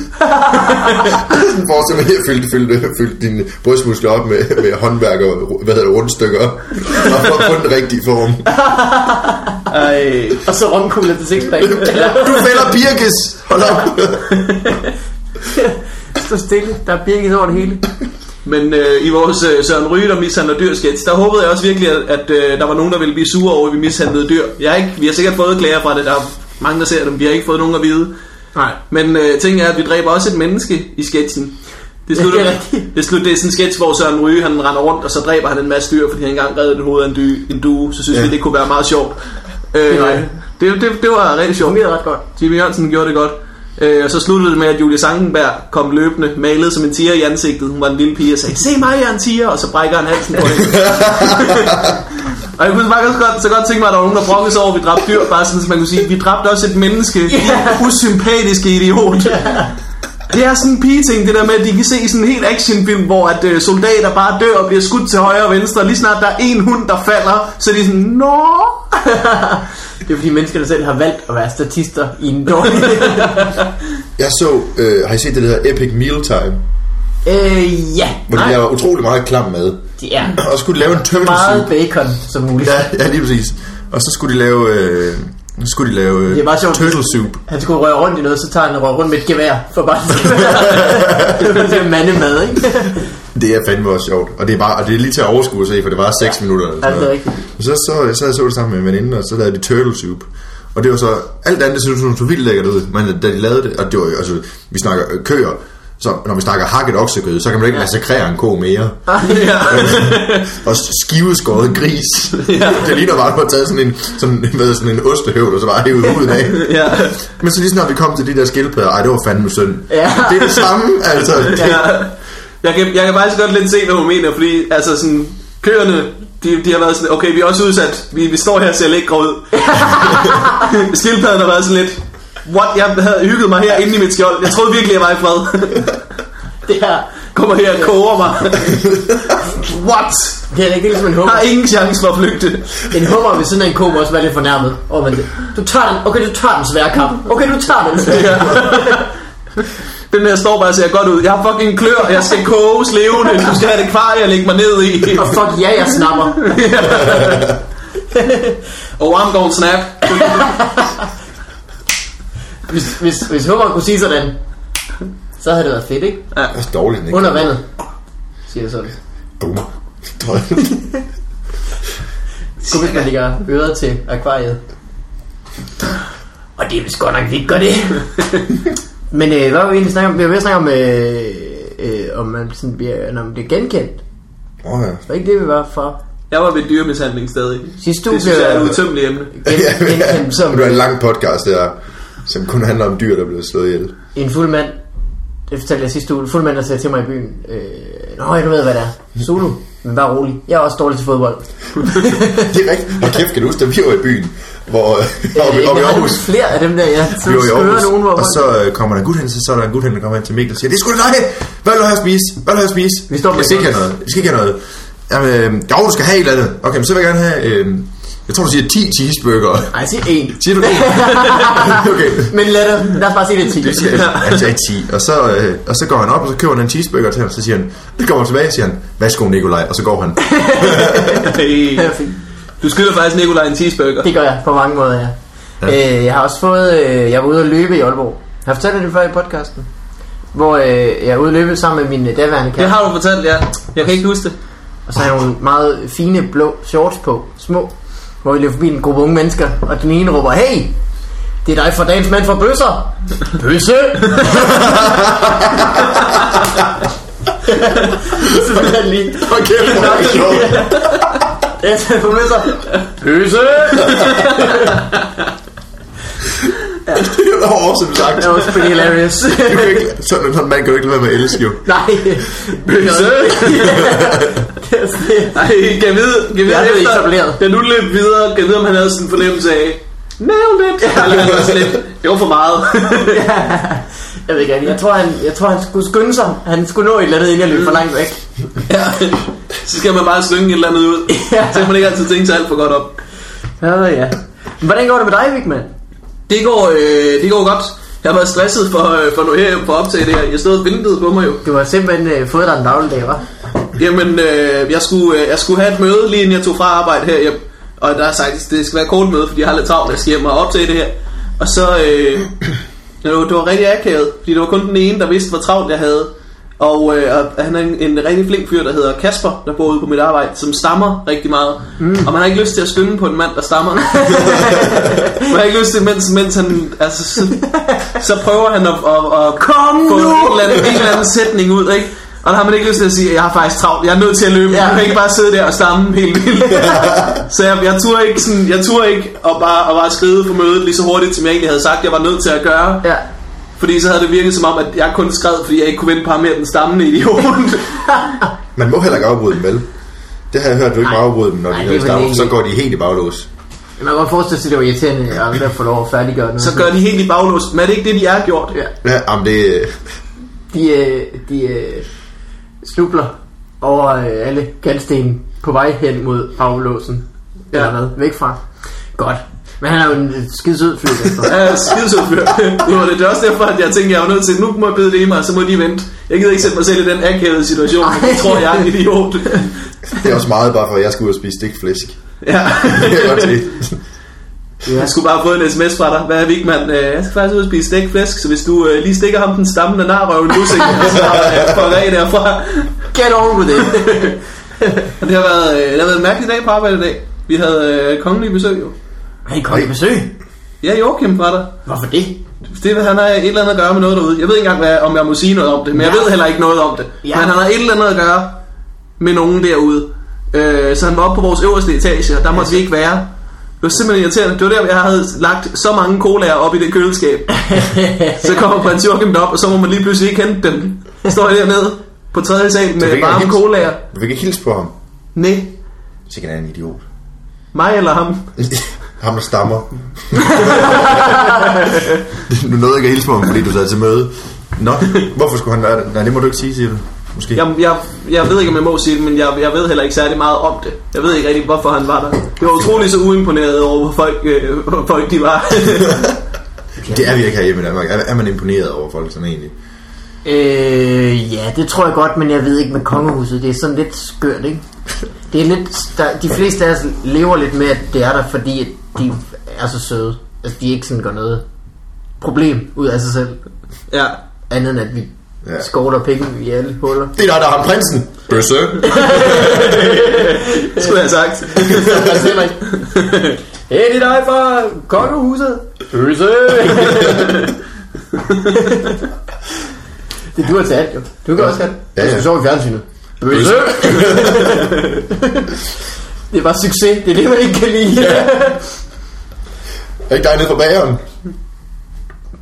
Speaker 3: Du får simpelthen fyldt, fyldt, fyldt dine brystmuskler op med, med håndværk og hvad hedder det, rundstykker. Og få få den rigtige form.
Speaker 1: Ej,
Speaker 2: og så romkugler til sixpack.
Speaker 3: Du fælder Birkes! Hold op!
Speaker 2: Stå stille, der er birkes over det hele.
Speaker 1: Men øh, i vores øh, Søren Ryge, der mishandler dyr sketch, der håbede jeg også virkelig, at, at øh, der var nogen, der ville blive sure over, at vi mishandlede dyr. Jeg har ikke, vi har sikkert fået klager fra det, der er mange, der ser dem. Vi har ikke fået nogen at vide.
Speaker 2: Nej.
Speaker 1: Men øh, ting er, at vi dræber også et menneske i sketchen. Det slutter,
Speaker 2: Ja, det er
Speaker 1: det,
Speaker 2: rigtigt.
Speaker 1: det, slutter, det er sådan en sketch, hvor Søren Ryge han render rundt, og så dræber han en masse dyr, fordi han engang reddede et hoved af en, dy, en due. Så synes ja.
Speaker 3: Ja.
Speaker 1: vi, det kunne være meget sjovt. Øh,
Speaker 2: var
Speaker 1: det,
Speaker 2: det.
Speaker 1: det, det, var rigtig sjovt.
Speaker 2: fungerede ret godt.
Speaker 1: Jimmy Jørgensen gjorde det godt. Øh, og så sluttede det med, at Julie Sangenberg kom løbende, malet som en tiger i ansigtet. Hun var en lille pige og sagde, se mig, jeg er en tiger, og så brækker han halsen på hende. og jeg kunne faktisk godt, så godt tænke mig, at der var nogen, der brokkede sig over, at vi dræbte dyr, bare sådan, så man kunne sige, vi dræbte også et menneske, yeah. usympatiske idiot. Det er sådan en pige-ting, det der med, at de kan se sådan en helt actionfilm, hvor at øh, soldater bare dør og bliver skudt til højre og venstre, og lige snart der er en hund, der falder, så er de sådan, nå,
Speaker 2: Det er fordi menneskerne selv har valgt at være statister i en dårlig...
Speaker 3: Jeg så, øh, har I set det, der hedder Epic Mealtime?
Speaker 2: øh, ja,
Speaker 3: Hvor de
Speaker 2: nej,
Speaker 3: laver utrolig meget klam mad.
Speaker 2: det er
Speaker 3: Og skulle lave en turtle
Speaker 2: meget
Speaker 3: soup.
Speaker 2: bacon som muligt.
Speaker 3: Ja, ja, lige præcis. Og så skulle de lave... Øh, så skulle de lave øh,
Speaker 2: Det er bare sjovt.
Speaker 3: turtle soup.
Speaker 2: Han skulle røre rundt i noget, så tager han og rører rundt med et gevær, for bare det er mandemad, ikke?
Speaker 3: Det er fandme også sjovt. Og det er, bare, og det er lige til at overskue at se, for det var 6 ja. minutter. Eller
Speaker 2: Ja, det er
Speaker 3: noget.
Speaker 2: rigtigt.
Speaker 3: Og så, så, så, jeg så det sammen med en veninde, og så lavede de turtle soup. Og det var så, alt andet, det synes hun så vildt lækkert ud. Men da de lavede det, og det var jo, altså, vi snakker øh, køer, så når vi snakker hakket oksekød, så kan man ikke ja. massakrere en ko mere. Øh, og skiveskåret gris. Ja. det ligner bare, at man har taget sådan en, sådan, hvad, sådan en ostehøvl, og så bare hævet huden af.
Speaker 1: Ja.
Speaker 3: Men så lige snart vi kom til de der skildpadder, ej, det var fandme synd.
Speaker 2: Ja.
Speaker 3: Det er det samme, altså.
Speaker 1: ja. jeg, kan, jeg kan faktisk godt lidt se, hvad hun mener, fordi altså sådan, køerne, de, de har været sådan, okay, vi er også udsat, vi, vi står her og ser lækre ud. Skildpadden har været sådan lidt, what, jeg havde hygget mig her inde i mit skjold, jeg troede virkelig, jeg var i fred.
Speaker 2: Det er,
Speaker 1: Kommer her og koger mig. what?
Speaker 2: det er ikke ligesom en hummer.
Speaker 1: Har ingen chance for at flygte.
Speaker 2: En hummer ved siden af en ko må også være lidt fornærmet. Oh, men det. Du tager den, okay, du tager den svære kamp. Okay, du tager den svære kamp.
Speaker 1: Den der står bare og ser godt ud. Jeg har fucking klør, jeg skal koges levende. Du skal have et akvarie at lægge mig ned i.
Speaker 2: Og fuck ja, jeg snapper.
Speaker 1: Oh, I'm gonna snap.
Speaker 2: Hvis, hvis, hvis hummeren kunne sige sådan, så havde det været fedt, ikke?
Speaker 3: Det er dårligt, ikke?
Speaker 2: Under vandet, siger jeg sådan.
Speaker 3: Boomer. Tror jeg.
Speaker 2: Kun hvis man lægger øret til akvariet. Og det er vist godt nok, vi ikke gør det. Men øh, hvad var vi egentlig snakke om? Vi var ved at snakke om, øh, øh, om man sådan bliver, når man bliver genkendt.
Speaker 3: Åh oh, ja.
Speaker 2: Var ikke det, vi var for?
Speaker 1: Jeg var ved dyremishandling stadig.
Speaker 2: Sidste uge
Speaker 1: Det synes jeg er
Speaker 2: blev-
Speaker 1: et udtømmeligt emne.
Speaker 2: Gen, genkendt som
Speaker 3: Det var en lang podcast, det her, som kun handler om dyr, der blev slået ihjel.
Speaker 2: en fuld mand. Det fortalte jeg sidste uge. En fuld mand, der sagde til mig i byen. Øh, Nå, jeg ved, hvad det er. Solo. Men bare rolig. Jeg er også dårlig til fodbold.
Speaker 3: Det er rigtigt. Og kæft, kan du huske, da vi var i byen, hvor, øh, oppe, oppe i
Speaker 2: jeg har
Speaker 3: Aarhus,
Speaker 2: lidt flere af dem der, jeg
Speaker 3: vi var i Aarhus,
Speaker 2: skører nogen, hvor
Speaker 3: og så øh, kommer der en gut hen, så, så er der en gut hen, der kommer hen til Mikkel og siger, det er sgu da dig, hvad vil du have at spise, hvad vil du have at spise?
Speaker 2: Vi står på
Speaker 3: jeg skal ikke
Speaker 2: McDonald's.
Speaker 3: have noget, jeg skal ikke have noget. Jamen, øh, jo, du skal have et eller andet. Okay, men så vil jeg gerne have, øh, jeg tror, du siger 10 cheeseburger.
Speaker 2: Ej, jeg siger en.
Speaker 3: Siger du det? okay.
Speaker 2: Men lad, os- lad os bare sige det er 10.
Speaker 3: Det siger, han sagde 10, og så, øh, og så går han op, og så køber han en cheeseburger til ham, og så siger han, det kommer tilbage, og siger han, værsgo Nikolaj, og så går han.
Speaker 2: Ja,
Speaker 1: Hey.
Speaker 2: fint.
Speaker 1: Du skylder faktisk Nikolaj en cheeseburger.
Speaker 2: Det gør jeg på mange måder, ja. ja. Øh, jeg har også fået... Øh, jeg var ude at løbe i Aalborg. Har jeg fortalt det før i podcasten? Hvor øh, jeg er ude at løbe sammen med min øh, daværende
Speaker 1: Det
Speaker 2: kæreste.
Speaker 1: har du fortalt, ja. Jeg kan ikke huske det.
Speaker 2: Og så har jeg nogle meget fine blå shorts på. Små. Hvor vi løber forbi en gruppe unge mennesker. Og den ene råber, hey! Det er dig fra dagens mand fra bøsser. Bøsse! så er jeg lige...
Speaker 3: Og kæft, hvor er det sjovt.
Speaker 2: Jeg tager på bøsser. Bøsse!
Speaker 3: Det var awesome sagt.
Speaker 2: That was pretty hilarious.
Speaker 3: Du kan ikke, sådan, sådan en mand kan du ikke lade være med at elske, jo.
Speaker 2: Nej.
Speaker 1: Bøsse!
Speaker 2: Det er sådan-
Speaker 1: Ej, kan jeg vide, kan jeg vide
Speaker 2: Jeg er blevet
Speaker 1: efter,
Speaker 2: etableret.
Speaker 1: da du løb videre, kan jeg vide, om han havde sådan en fornemmelse af, nailed it! Ja, løb også lidt. Det var for meget.
Speaker 2: jeg ved ikke, rigtig. jeg tror, han, jeg tror, han skulle skynde sig. Han skulle nå et eller andet, inden jeg løb for langt væk.
Speaker 1: ja. Så skal man bare slynge et eller andet ud.
Speaker 2: Ja.
Speaker 1: Så kan man ikke altid tænke sig alt for godt op.
Speaker 2: Ja, ja. Men hvordan går det med dig, Vigman?
Speaker 1: Det går, øh, det går godt. Jeg har været stresset for, øh, for nu her på optag det her. Jeg stod og ventede på mig jo.
Speaker 2: Du har simpelthen øh, fået dig en dagligdag, hva'?
Speaker 1: Jamen, øh, jeg, skulle, øh, jeg skulle have et møde, lige inden jeg tog fra arbejde her hjem. Og der er sagt, at det skal være et kort møde, fordi jeg har lidt travlt, jeg skal hjem og optage det her. Og så, øh, det, var, det var rigtig akavet, fordi det var kun den ene, der vidste, hvor travlt jeg havde. Og, øh, og han er en, en rigtig flink fyr, der hedder Kasper, der bor ude på mit arbejde, som stammer rigtig meget. Mm. Og man har ikke lyst til at skynde på en mand, der stammer. man har ikke lyst til, mens, mens han... Altså, så, så prøver han at, at, at
Speaker 2: Kom
Speaker 1: få
Speaker 2: nu!
Speaker 1: en eller, anden, en eller anden sætning ud, ikke? Og der har man ikke lyst til at sige, at jeg har faktisk travlt, jeg er nødt til at løbe,
Speaker 2: Ja.
Speaker 1: ja. jeg kan ikke bare sidde der og stamme helt vildt. så jeg, jeg turde ikke, sådan, jeg turde ikke at, bare, at bare skride på mødet lige så hurtigt, som jeg egentlig havde sagt, jeg var nødt til at gøre.
Speaker 2: Ja.
Speaker 1: Fordi så havde det virket som om, at jeg kun skred, fordi jeg ikke kunne vente på ham mere den stammende idiot.
Speaker 3: Man må heller ikke afbryde dem, vel? Det har jeg hørt, du ikke må afbryde dem, når
Speaker 2: Ej,
Speaker 3: de
Speaker 2: det er
Speaker 3: er
Speaker 2: vel
Speaker 3: starter,
Speaker 2: ikke-
Speaker 3: så går de helt i baglås.
Speaker 2: Man kan godt forestille sig, at det var irriterende, at andre får lov at færdiggøre noget.
Speaker 1: så gør de helt i baglås, men er det ikke det, de er gjort?
Speaker 2: Ja.
Speaker 3: Ja, jamen det... øh,
Speaker 2: De, øh, de øh, snubler over øh, alle kantstenen på vej hen mod baglåsen. Ja. Eller
Speaker 1: Ja.
Speaker 2: hvad? Væk fra. Godt. Men han er jo en øh, skide sød fyr, Kasper.
Speaker 1: Ja, skidesød fyr. Det var det. Det er også derfor, at jeg tænkte, at jeg var nødt til, nu må jeg bide det i mig, og så må de vente. Jeg gider ikke sætte mig selv i den akavede situation, for de tror, jeg er en idiot.
Speaker 3: Det er også meget bare for, at jeg skal ud og spise stikflæsk.
Speaker 1: Ja.
Speaker 3: Det er godt det.
Speaker 2: Ja.
Speaker 1: Jeg skulle bare have fået en sms fra dig. Hvad er Vigman? Øh, Jeg skal faktisk ud og spise stækflæsk, så hvis du øh, lige stikker ham den stammende narrøv nu, så kan øh, jeg få af derfra.
Speaker 2: Get on with it.
Speaker 1: Og det har været, øh, det har været en mærkelig dag på arbejde i dag. Vi havde øh, kongelig besøg jo.
Speaker 2: Han kom i besøg.
Speaker 1: Ja, Joachim var der.
Speaker 2: Hvorfor det?
Speaker 1: Det, han har et eller andet at gøre med noget derude. Jeg ved ikke engang, hvad, om jeg må sige noget om det, men jeg
Speaker 2: Ja.
Speaker 1: ved heller ikke noget om det.
Speaker 2: Ja.
Speaker 1: Ja. Men han har et eller andet at gøre med nogen derude. Øh, så han var oppe på vores øverste etage, og der måtte vi ikke være. Det var simpelthen irriterende. Det var der, jeg havde lagt så mange colaer op i det køleskab. så kommer prins Joachim derop, og så må man lige pludselig ikke hente dem. Står jeg dernede på tredje sal
Speaker 3: fik
Speaker 1: med
Speaker 3: jeg
Speaker 1: varme
Speaker 3: hils-
Speaker 1: colaer.
Speaker 3: Du vil ikke hilse på ham.
Speaker 1: Nej,
Speaker 3: Sikkert er han en idiot.
Speaker 1: mig eller ham.
Speaker 3: ham, der stammer. du nåede ikke at hilse på ham, fordi du sad til møde. Nå, hvorfor skulle han være det? Nej, det må du ikke sige, siger du. Måske.
Speaker 1: Jeg, jeg, jeg ved ikke, om jeg må sige det, men jeg, jeg ved heller ikke særlig meget om det. Jeg ved ikke rigtig, hvorfor han var der. Jeg var utrolig så uimponeret over, hvor folk, øh, hvor folk de var.
Speaker 3: Det er vi ikke herhjemme i Danmark. Er, er man imponeret over folk sådan egentlig?
Speaker 2: Øh, ja, det tror jeg godt, men jeg ved ikke med kongehuset. Det er sådan lidt skørt, ikke? Det er lidt, der, de fleste af os lever lidt med, at det er der, fordi at de er så søde. Altså, de ikke sådan gør noget problem ud af sig selv.
Speaker 1: ja.
Speaker 2: Andet end at vi ja.
Speaker 3: Ja.
Speaker 2: skovler penge i alle huller.
Speaker 3: Det er dig, der har prinsen. Bøsse.
Speaker 1: Det skulle jeg have sagt.
Speaker 2: Det er heller ikke. Hey, det er dig fra kongehuset. Øse. det du har til alt, jo. Du kan også have det. Ja, ja.
Speaker 3: Ja, ja.
Speaker 2: Du skal sove i fjernsynet. Øse. det er bare succes. Det er det, man ikke kan lide. Ja.
Speaker 3: Er ikke dig nede på bageren?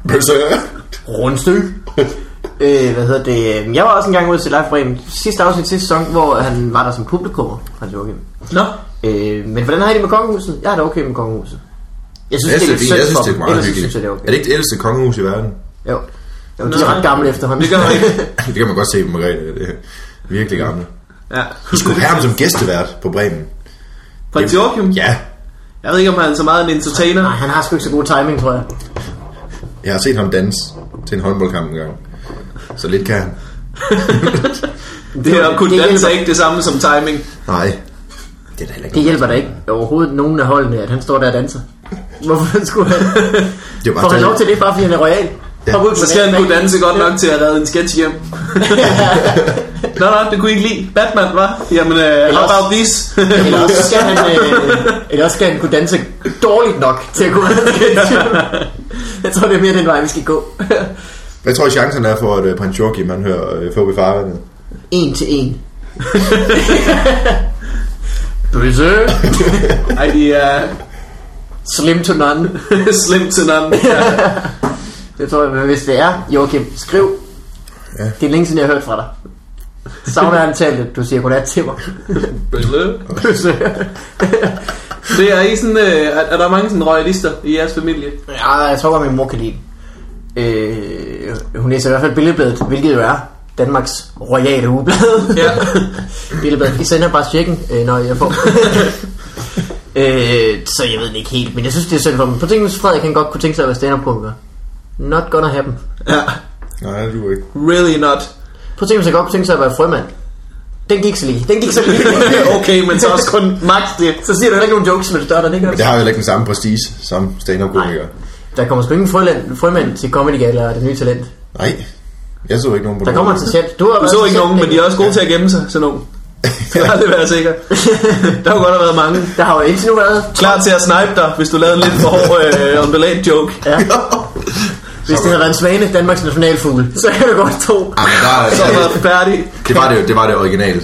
Speaker 3: Pølse.
Speaker 2: Rundstykke. Øh, hvad hedder det? øhm, Jeg var også engang ude til Live Bremen. Sidste afsnit sidste sæson, hvor han var der som publikummer. Han lukkede.
Speaker 1: Nå,
Speaker 2: Øh, men hvordan har I det med kongehuset? Jeg har det okay med kongehuset. Jeg synes,
Speaker 3: Jeg
Speaker 2: det er lidt
Speaker 3: synes, det, jeg
Speaker 2: synd
Speaker 3: synes,
Speaker 2: for
Speaker 3: det er
Speaker 2: dem.
Speaker 3: meget
Speaker 2: Ellers synes
Speaker 3: hyggeligt.
Speaker 2: jeg, det er
Speaker 3: Er
Speaker 2: okay.
Speaker 3: det ikke det ældste kongehus i verden?
Speaker 2: Jo. Jo, de er
Speaker 1: Nej.
Speaker 2: ret gamle efterhånden.
Speaker 1: det gør man ikke.
Speaker 3: Det kan man godt se på Margrethe. Det er virkelig gamle.
Speaker 1: Ja.
Speaker 3: Du skulle have ham som gæstevært på Bremen.
Speaker 1: Prins Joachim?
Speaker 3: Ja,
Speaker 1: Jeg ved ikke, om han er så meget en entertainer.
Speaker 2: Nej, han har sgu ikke så god timing, tror jeg.
Speaker 3: jeg har set ham danse til en håndboldkamp engang. Så lidt kan han.
Speaker 1: Det er kun
Speaker 2: det
Speaker 1: danse er
Speaker 2: hjælper,
Speaker 1: ikke det samme som timing.
Speaker 3: Nej. Det er da heller ikke
Speaker 2: det hjælper da ikke overhovedet nogen af holdene, at han står der og danser. Hvorfor skulle han?
Speaker 3: Det er bare
Speaker 2: Får han
Speaker 3: stadig-
Speaker 2: lov til det, bare fordi han er royal?
Speaker 3: Ja.
Speaker 2: Hop ud på
Speaker 1: Så skal
Speaker 2: den
Speaker 1: han kunne
Speaker 2: bane.
Speaker 1: danse godt nok til at redde en sketch hjem. nå, nå, det kunne I ikke lide. Batman, var. Jamen, uh, how
Speaker 2: Ellers-
Speaker 1: about this?
Speaker 2: Eller også skal han, øh, eller også skal han kunne danse dårligt nok til at kunne Jeg tror, det er mere den vej, vi skal gå.
Speaker 3: Hvad tror I chancen er for, at øh, prins Joachim, han hører øh, Fobi Farvende?
Speaker 2: en til en. Bøsse.
Speaker 1: Ej, de er
Speaker 2: Slim to none.
Speaker 1: slim til none. Ja.
Speaker 2: Det tror jeg, men hvis det er, Joachim, skriv.
Speaker 3: Ja.
Speaker 2: Ja. Det er længe siden, jeg har hørt fra dig. Savner han talt, at du siger godnat til mig.
Speaker 1: Det er I sådan, øh, er, er der mange sådan royalister i jeres familie?
Speaker 2: ja, jeg tror godt, min mor kan lide den. øh, Hun læser i hvert fald Billedbladet, hvilket jo er Danmarks royale ugeblad.
Speaker 1: Ja.
Speaker 2: Billedbladet. I sender bare checken, øh, når jeg får. øh, så jeg ved det ikke helt, men jeg synes, det er synd for dem. På tænk, Frederik han godt kunne tænke sig at være stand-up-komiker. Not gonna happen.
Speaker 1: ja.
Speaker 3: Nej, du er ikke.
Speaker 1: Really not.
Speaker 2: På tænk, hvis han godt kunne tænke sig at være frømand. Den gik så lige. Den gik så lige.
Speaker 1: Okay, men så også kun max det.
Speaker 2: Så siger du heller ikke nogen jokes, når du starter, det gør du.
Speaker 3: Det har jo heller ikke den samme prestige som stand up komiker.
Speaker 2: Nej. Der kommer sgu ingen frøland, frømand til Comedy Gala og det nye talent.
Speaker 3: Nej. Jeg så ikke nogen på
Speaker 2: Der kommer en til chat. Du, har
Speaker 1: Du
Speaker 2: været
Speaker 1: så
Speaker 2: til
Speaker 1: ikke
Speaker 2: chat,
Speaker 1: nogen, men de
Speaker 2: Mikkel.
Speaker 1: er også gode til at gemme sig, sådan nogen. Det har det været sikkert. Der kunne godt have været mange.
Speaker 2: Der har jo indtil nu været...
Speaker 1: Klar til at snipe dig, hvis du lavede en lidt for hård øh, undulat joke.
Speaker 2: Ja. Hvis det havde været en svane, Danmarks nationalfugl, så kan du godt tro.
Speaker 3: Ej, men der,
Speaker 1: Så
Speaker 3: der,
Speaker 1: var det færdig.
Speaker 3: det, var det, det var det originale.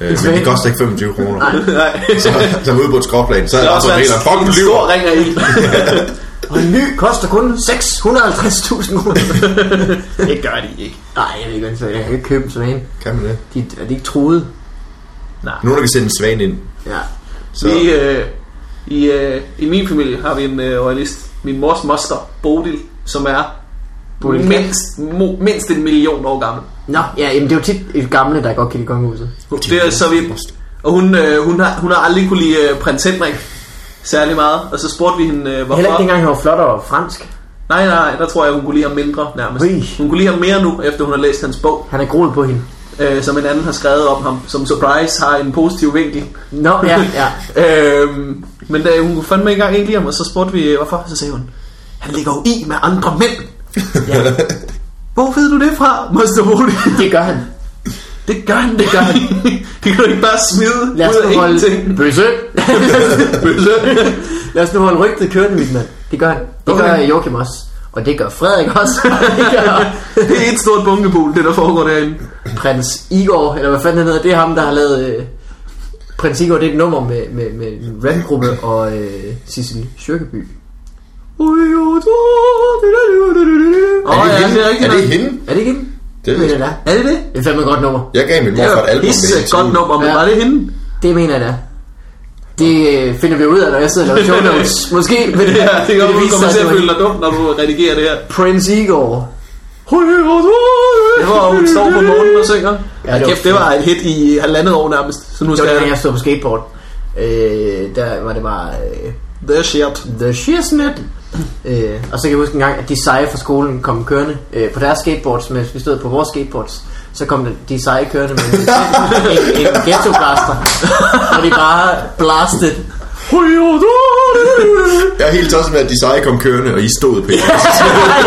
Speaker 3: Øh, men det koster ikke 25 kroner.
Speaker 1: Nej.
Speaker 3: Så, så ude på et skråplan, så er
Speaker 1: Det
Speaker 3: der
Speaker 1: har
Speaker 3: også
Speaker 1: også
Speaker 3: en
Speaker 1: været
Speaker 3: regler. Fuck, du
Speaker 1: en
Speaker 3: lyver.
Speaker 1: stor ring af ild.
Speaker 2: Og en ny koster kun 650.000 kroner.
Speaker 1: Det gør de ikke.
Speaker 2: Nej, jeg ved ikke, hvad en svane er. Jeg kan ikke købe en svane.
Speaker 3: Kan man det?
Speaker 2: De, er de ikke truede?
Speaker 3: Nogen, der kan sende en svan ind.
Speaker 2: Ja.
Speaker 3: Så,
Speaker 1: Vi, øh, i, øh, I min familie har vi en øh, royalist. Min mors moster, Bodil, som er
Speaker 2: Bodil Kjær.
Speaker 1: mindst, mo, mindst en million år gammel.
Speaker 2: Nå, ja, jamen det er jo tit et gamle, der godt kan lide kongehuset.
Speaker 1: Det er, så vi, og hun, øh, hun, har, hun har aldrig kunne lide øh, prins Henrik særlig meget. Og så spurgte vi hende, øh, hvorfor.
Speaker 2: Heller ikke dengang, han var flottere og fransk.
Speaker 1: Nej, nej, der tror jeg, hun kunne lide ham mindre nærmest.
Speaker 2: Ui.
Speaker 1: Hun kunne lide ham mere nu, efter hun har læst hans bog,
Speaker 2: Han er groet på hende.
Speaker 1: øh, som en anden har skrevet om ham, som surprise har en positiv vinkel.
Speaker 2: Nå, ja, ja.
Speaker 1: Øhm, men da hun fandme ikke engang ikke lide ham, og så spurgte vi, øh, hvorfor, så sagde hun, han ligger jo i med andre mænd.
Speaker 2: ja.
Speaker 1: Hvor ved du det fra, Moster Bodil?
Speaker 2: Det gør han.
Speaker 1: Det gør han, det gør han. det kan du ikke bare smide
Speaker 2: Lad os
Speaker 1: ud af
Speaker 2: nu holde...
Speaker 1: ingenting.
Speaker 2: Bøsse! Lad os nu holde rygtet kørende, mit mand. Det gør han. Det
Speaker 1: Okay.
Speaker 2: gør Joachim også. Og det gør Frederik også. Og det gør
Speaker 1: Det er et stort bunkebol, det der foregår derinde.
Speaker 2: prins Igor, eller hvad fanden han hedder. Det er ham, der har lavet... Øh... Prins Igor, det er et nummer med, med, med en rapgruppe og øh, Sissel Sjøkeby.
Speaker 1: Åh
Speaker 3: er, det
Speaker 1: ja,
Speaker 3: hende?
Speaker 1: det er rigtigt.
Speaker 3: er det
Speaker 1: nok.
Speaker 3: hende?
Speaker 2: Er det ikke hende? mener
Speaker 3: Det ved
Speaker 2: jeg,
Speaker 3: jeg.
Speaker 2: det er.
Speaker 1: Er det det?
Speaker 2: Det er fandme et godt nummer.
Speaker 3: Jeg gav min
Speaker 1: Det
Speaker 3: mor for et
Speaker 1: er jo
Speaker 3: album
Speaker 1: pisse
Speaker 3: hendes
Speaker 1: godt
Speaker 3: ud.
Speaker 1: nummer, men
Speaker 2: Ja.
Speaker 1: var det hende?
Speaker 2: Det mener jeg da. Det øh, finder vi ud af, når jeg sidder og laver show notes. Måske vil det,
Speaker 1: Ja, det kan
Speaker 2: vil
Speaker 1: godt, du
Speaker 2: vise sig,
Speaker 1: kommer
Speaker 2: at
Speaker 1: til
Speaker 2: det
Speaker 1: at
Speaker 2: var
Speaker 1: føle dig dum, når du redigerer det her.
Speaker 2: Prince Igor.
Speaker 1: Det var, hun står på morgenen og synger.
Speaker 2: Ja, det
Speaker 1: Ja,
Speaker 2: var
Speaker 1: kæft, det var et hit i halvandet år nærmest. Så nu
Speaker 2: Det
Speaker 1: skal
Speaker 2: var dengang, jeg
Speaker 1: jeg...
Speaker 2: stod på skateboard. Øh, der var det bare øh,
Speaker 1: The shit.
Speaker 2: The Shiznit. Øh, og så kan jeg huske en gang, at de seje fra skolen kom kørende øh, på deres skateboards, mens vi stod på vores skateboards. Så kom de, de seje kørende med en, en, en ghetto-blaster. Og de bare blasted.
Speaker 3: Jeg er helt tosset med, at de seje kom kørende, og I stod på ja.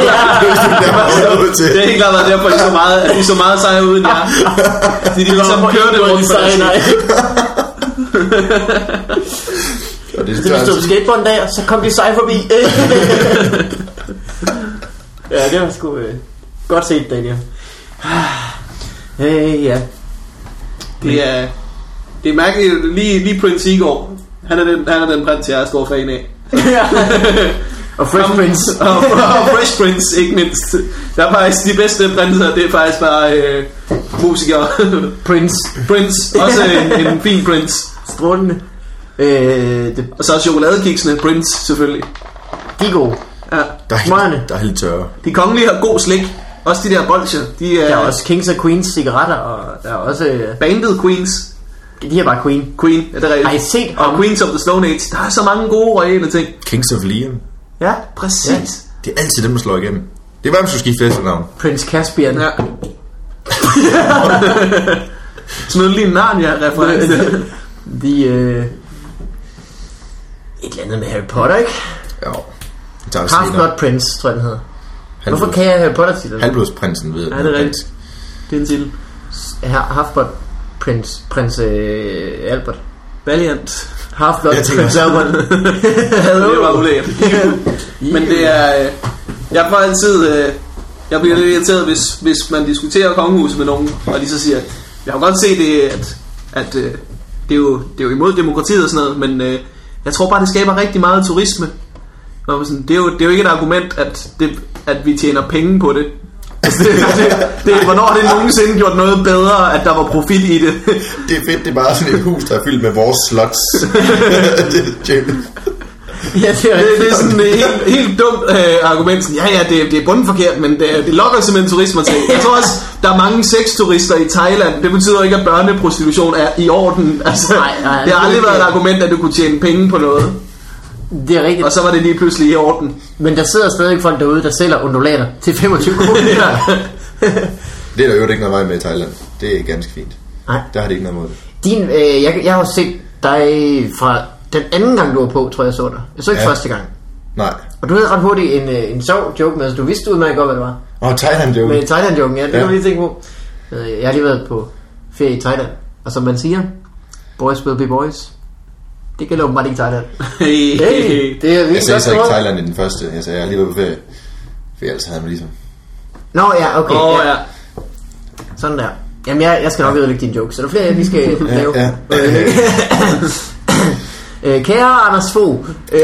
Speaker 3: det var stod til.
Speaker 1: Det er helt klart været derfor, I så meget, at I så meget sejre uden jer. De, de ligesom kørte rundt på deres
Speaker 2: nej.
Speaker 3: Og det,
Speaker 2: Så vi stod på skateboard en dag, og så kom de sej forbi. ja, det var sgu øh, godt set, Daniel. Øh, ja.
Speaker 1: Det er, det er mærkeligt. Lige, lige Prince Igor. Han er den, han er den prins, jeg er stor fan af.
Speaker 2: og Fresh
Speaker 1: Ham-
Speaker 2: Prince.
Speaker 1: og, og Fresh Prince, ikke mindst. Der er faktisk de bedste prinser, det er faktisk bare øh, musikere.
Speaker 2: Prince.
Speaker 1: prince, også en, en fin prince.
Speaker 2: Strålende. Øh, det,
Speaker 1: Og så er chokoladekiksene Prince, selvfølgelig.
Speaker 2: de er gode.
Speaker 1: Ja.
Speaker 3: der, er
Speaker 2: Smørende.
Speaker 3: helt, der er helt tørre.
Speaker 1: De kongelige har god slik. Også de der bolcher. De er,
Speaker 2: Der er også Kings og Queens cigaretter, og der er også... Øh,
Speaker 1: bandet Queens.
Speaker 2: de her bare Queen.
Speaker 1: Queen, er det rigtigt?
Speaker 2: Har I set
Speaker 1: Og
Speaker 2: ham?
Speaker 1: Queens of the Stone Age. Der er så mange gode royale ting.
Speaker 3: Kings of Leon.
Speaker 2: Ja,
Speaker 1: Præcis.
Speaker 3: Det er altid dem, der slår igennem. Det er bare, man skulle skifte fæsternavn.
Speaker 2: Prince Caspian.
Speaker 1: Ja. Sådan noget lige en Narnia-reference.
Speaker 2: De, øh, et eller andet med Harry Potter, ikke?
Speaker 3: Ja. Det tager vi
Speaker 2: Half
Speaker 3: senere.
Speaker 2: Blood Prince, tror jeg, den hedder.
Speaker 3: Halvblod-
Speaker 2: Hvorfor kan jeg Harry Potter titlen?
Speaker 3: Halvblodsprinsen ved jeg,
Speaker 1: Ja,
Speaker 3: den
Speaker 1: det er
Speaker 3: hedder.
Speaker 1: rigtigt. Det er en titel.
Speaker 2: Half Blood Prince, prins øh, Albert.
Speaker 1: Valiant.
Speaker 2: Half Blood
Speaker 3: Jeg tænker-
Speaker 2: Prince Albert.
Speaker 1: Det var ulækkert. Men det er... Øh, jeg får altid... Øh, jeg bliver lidt irriteret, hvis, hvis man diskuterer kongehuset med nogen, og de så siger, jeg har godt set det, at, at øh, det, er jo, det er jo imod demokratiet og sådan noget, men øh, jeg tror bare, det skaber rigtig meget turisme. Når man sådan, det, er jo, det er jo ikke et argument, at, det, at vi tjener penge på det. Altså, det, det, det, hvornår har det nogensinde gjort noget bedre, at der var profit i det?
Speaker 3: Det er fedt, det er bare sådan et hus, der er fyldt med vores slots. det er tjent.
Speaker 2: ja, det er
Speaker 1: Det, det er
Speaker 2: rigtigt.
Speaker 1: sådan et helt, helt dumt øh, argument. Sådan, ja, ja, det, det er bundforkert, men det, det lokker simpelthen turismer til. Jeg tror også, der er mange sexturister i Thailand. Det betyder ikke, at børneprostitution er i orden. Altså,
Speaker 2: Nej, nej,
Speaker 1: det har
Speaker 2: det er
Speaker 1: aldrig været et
Speaker 2: ikke-
Speaker 1: argument, at du kunne tjene penge på noget.
Speaker 2: Det er rigtigt.
Speaker 1: Og så var det lige pludselig i orden.
Speaker 2: Men der sidder stadig folk derude, der sælger undulater til 25 kroner.
Speaker 3: Det er der jo ikke noget vej med i Thailand. Det er ganske fint.
Speaker 2: Nej.
Speaker 3: Der har det ikke noget mod.
Speaker 2: Din, øh, jeg, jeg har jo set dig fra den anden gang, du var på, tror jeg, jeg så dig. Jeg så ikke ja.
Speaker 3: Ja.
Speaker 2: første gang.
Speaker 3: Nej.
Speaker 2: Og du havde ret hurtigt en, øh, en sjov joke med, altså du vidste udmærket godt, hvad det var.
Speaker 3: Åh, Thailand, det er jo...
Speaker 2: Med Thailand-joken, ja, det ja. kan
Speaker 3: Mm. Ja.
Speaker 2: man lige tænke på. Øh, Jeg har lige været på ferie i Thailand, og som man siger, boys will be boys. Det gælder åbenbart ikke Thailand.
Speaker 1: Hey, hey, hey.
Speaker 2: Hey, det er
Speaker 3: Jeg
Speaker 2: virkelig
Speaker 3: sagde
Speaker 2: godt
Speaker 3: så ikke
Speaker 2: gået.
Speaker 3: Thailand i den første. Jeg sagde, jeg har lige været på ferie. For ellers havde man ligesom...
Speaker 2: Nå ja, okay.
Speaker 1: Åh,
Speaker 2: ja.
Speaker 1: ja.
Speaker 2: Sådan der. Jamen, jeg, jeg skal nok ødelægge din joke, så der er flere, jeg lige skal lave.
Speaker 3: Ja.
Speaker 2: Øh, øh, Kære Anders Fogh. Øh,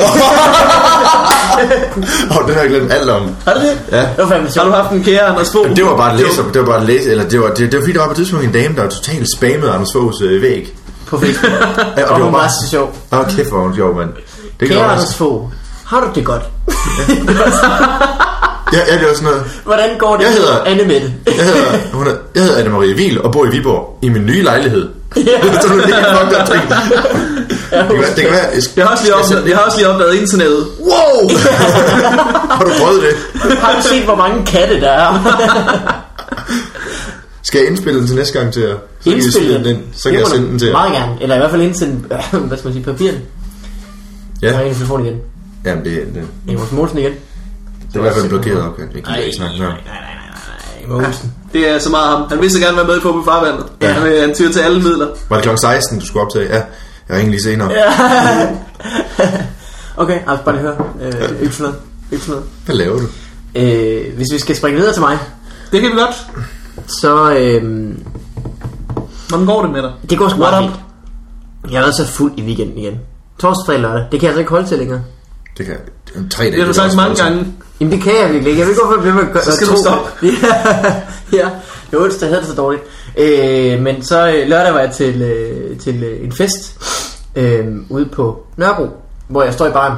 Speaker 3: Åh, oh, den har jeg glemt alt om.
Speaker 2: Har du det?
Speaker 3: Ja.
Speaker 2: Det var fandme
Speaker 1: Har
Speaker 2: sjovt.
Speaker 1: du haft en kære Anders Fogh?
Speaker 3: Jamen, det var bare et læser, det var bare et læser, eller det var, det, det var fordi, der var på et tidspunkt en dame, der totalt spammede Anders Foghs øh, væg.
Speaker 2: På Facebook.
Speaker 3: Ja,
Speaker 2: Og hun var så sjov.
Speaker 3: Åh, kæft, hvor var hun sjov, mand. Det kan
Speaker 2: Kære
Speaker 3: jeg
Speaker 2: Anders
Speaker 3: også.
Speaker 2: Fogh. Har du det godt?
Speaker 3: Ja, ja, det var sådan noget.
Speaker 2: Hvordan går det
Speaker 3: Jeg hedder-
Speaker 2: Anne Mette?
Speaker 3: Jeg hedder, hun er, jeg hedder Anne-Marie Wiel og bor i Viborg i min nye lejlighed.
Speaker 2: Ja.
Speaker 3: så du lige fucked up ting. Det kan være, det kan være, jeg,
Speaker 1: Jeg har også lige opdaget, jeg har også lige opdaget internettet.
Speaker 3: Wow! har du prøvet det?
Speaker 2: Har du set, hvor mange katte der er?
Speaker 3: Skal jeg indspille den til næste gang til jer? Så kan I
Speaker 2: Indspil
Speaker 3: smide den ind, så kan
Speaker 2: Det
Speaker 3: jeg
Speaker 2: må
Speaker 3: sende
Speaker 2: du
Speaker 3: den til jer.
Speaker 2: Meget gerne. Eller i hvert fald indsende, hvad skal man sige, papiren.
Speaker 3: Ja,
Speaker 2: Jeg har en telefon igen.
Speaker 3: Jamen, det, det,
Speaker 2: Jeg må Mogensen igen.
Speaker 3: det er i hvert fald blokeret op. Jeg kan ikke snakke mere. om.
Speaker 2: Ej, Mogensen.
Speaker 1: Det er så meget ham. Han vil så gerne være med på på farvandet. Ja. Han, øh, han tyrer til alle midler.
Speaker 3: Var det klokken 16, du skulle optage? Ja, jeg ringer lige senere. Ja.
Speaker 2: Okay, altså bare lige høre. Øh, ikke sådan noget. Ikke sådan noget.
Speaker 3: Hvad laver du?
Speaker 2: Øh, hvis vi skal springe videre til mig,
Speaker 1: Det kan vi godt.
Speaker 2: så... Øh,
Speaker 1: Hvordan går det med dig?
Speaker 2: det går sgu
Speaker 1: What
Speaker 2: meget
Speaker 1: up?
Speaker 2: fint. Jeg har været så fuld i weekenden igen. Torsdag, fredag, lørdag. Det kan jeg altså ikke holde til længere.
Speaker 3: Det kan det er tre dage.
Speaker 1: Det har du sagt mange gange.
Speaker 2: Jamen det kan jeg virkelig ikke. Jeg ved ikke, hvorfor jeg bliver med at gøre
Speaker 1: Så skal
Speaker 2: at
Speaker 1: du
Speaker 2: tro-
Speaker 1: stoppe.
Speaker 2: ja, ja. Det var onsdag, havde det så dårligt. Øh, men så øh, lørdag var jeg til, øh, til øh, en fest øh, ude på Nørrebro, hvor jeg står i baren.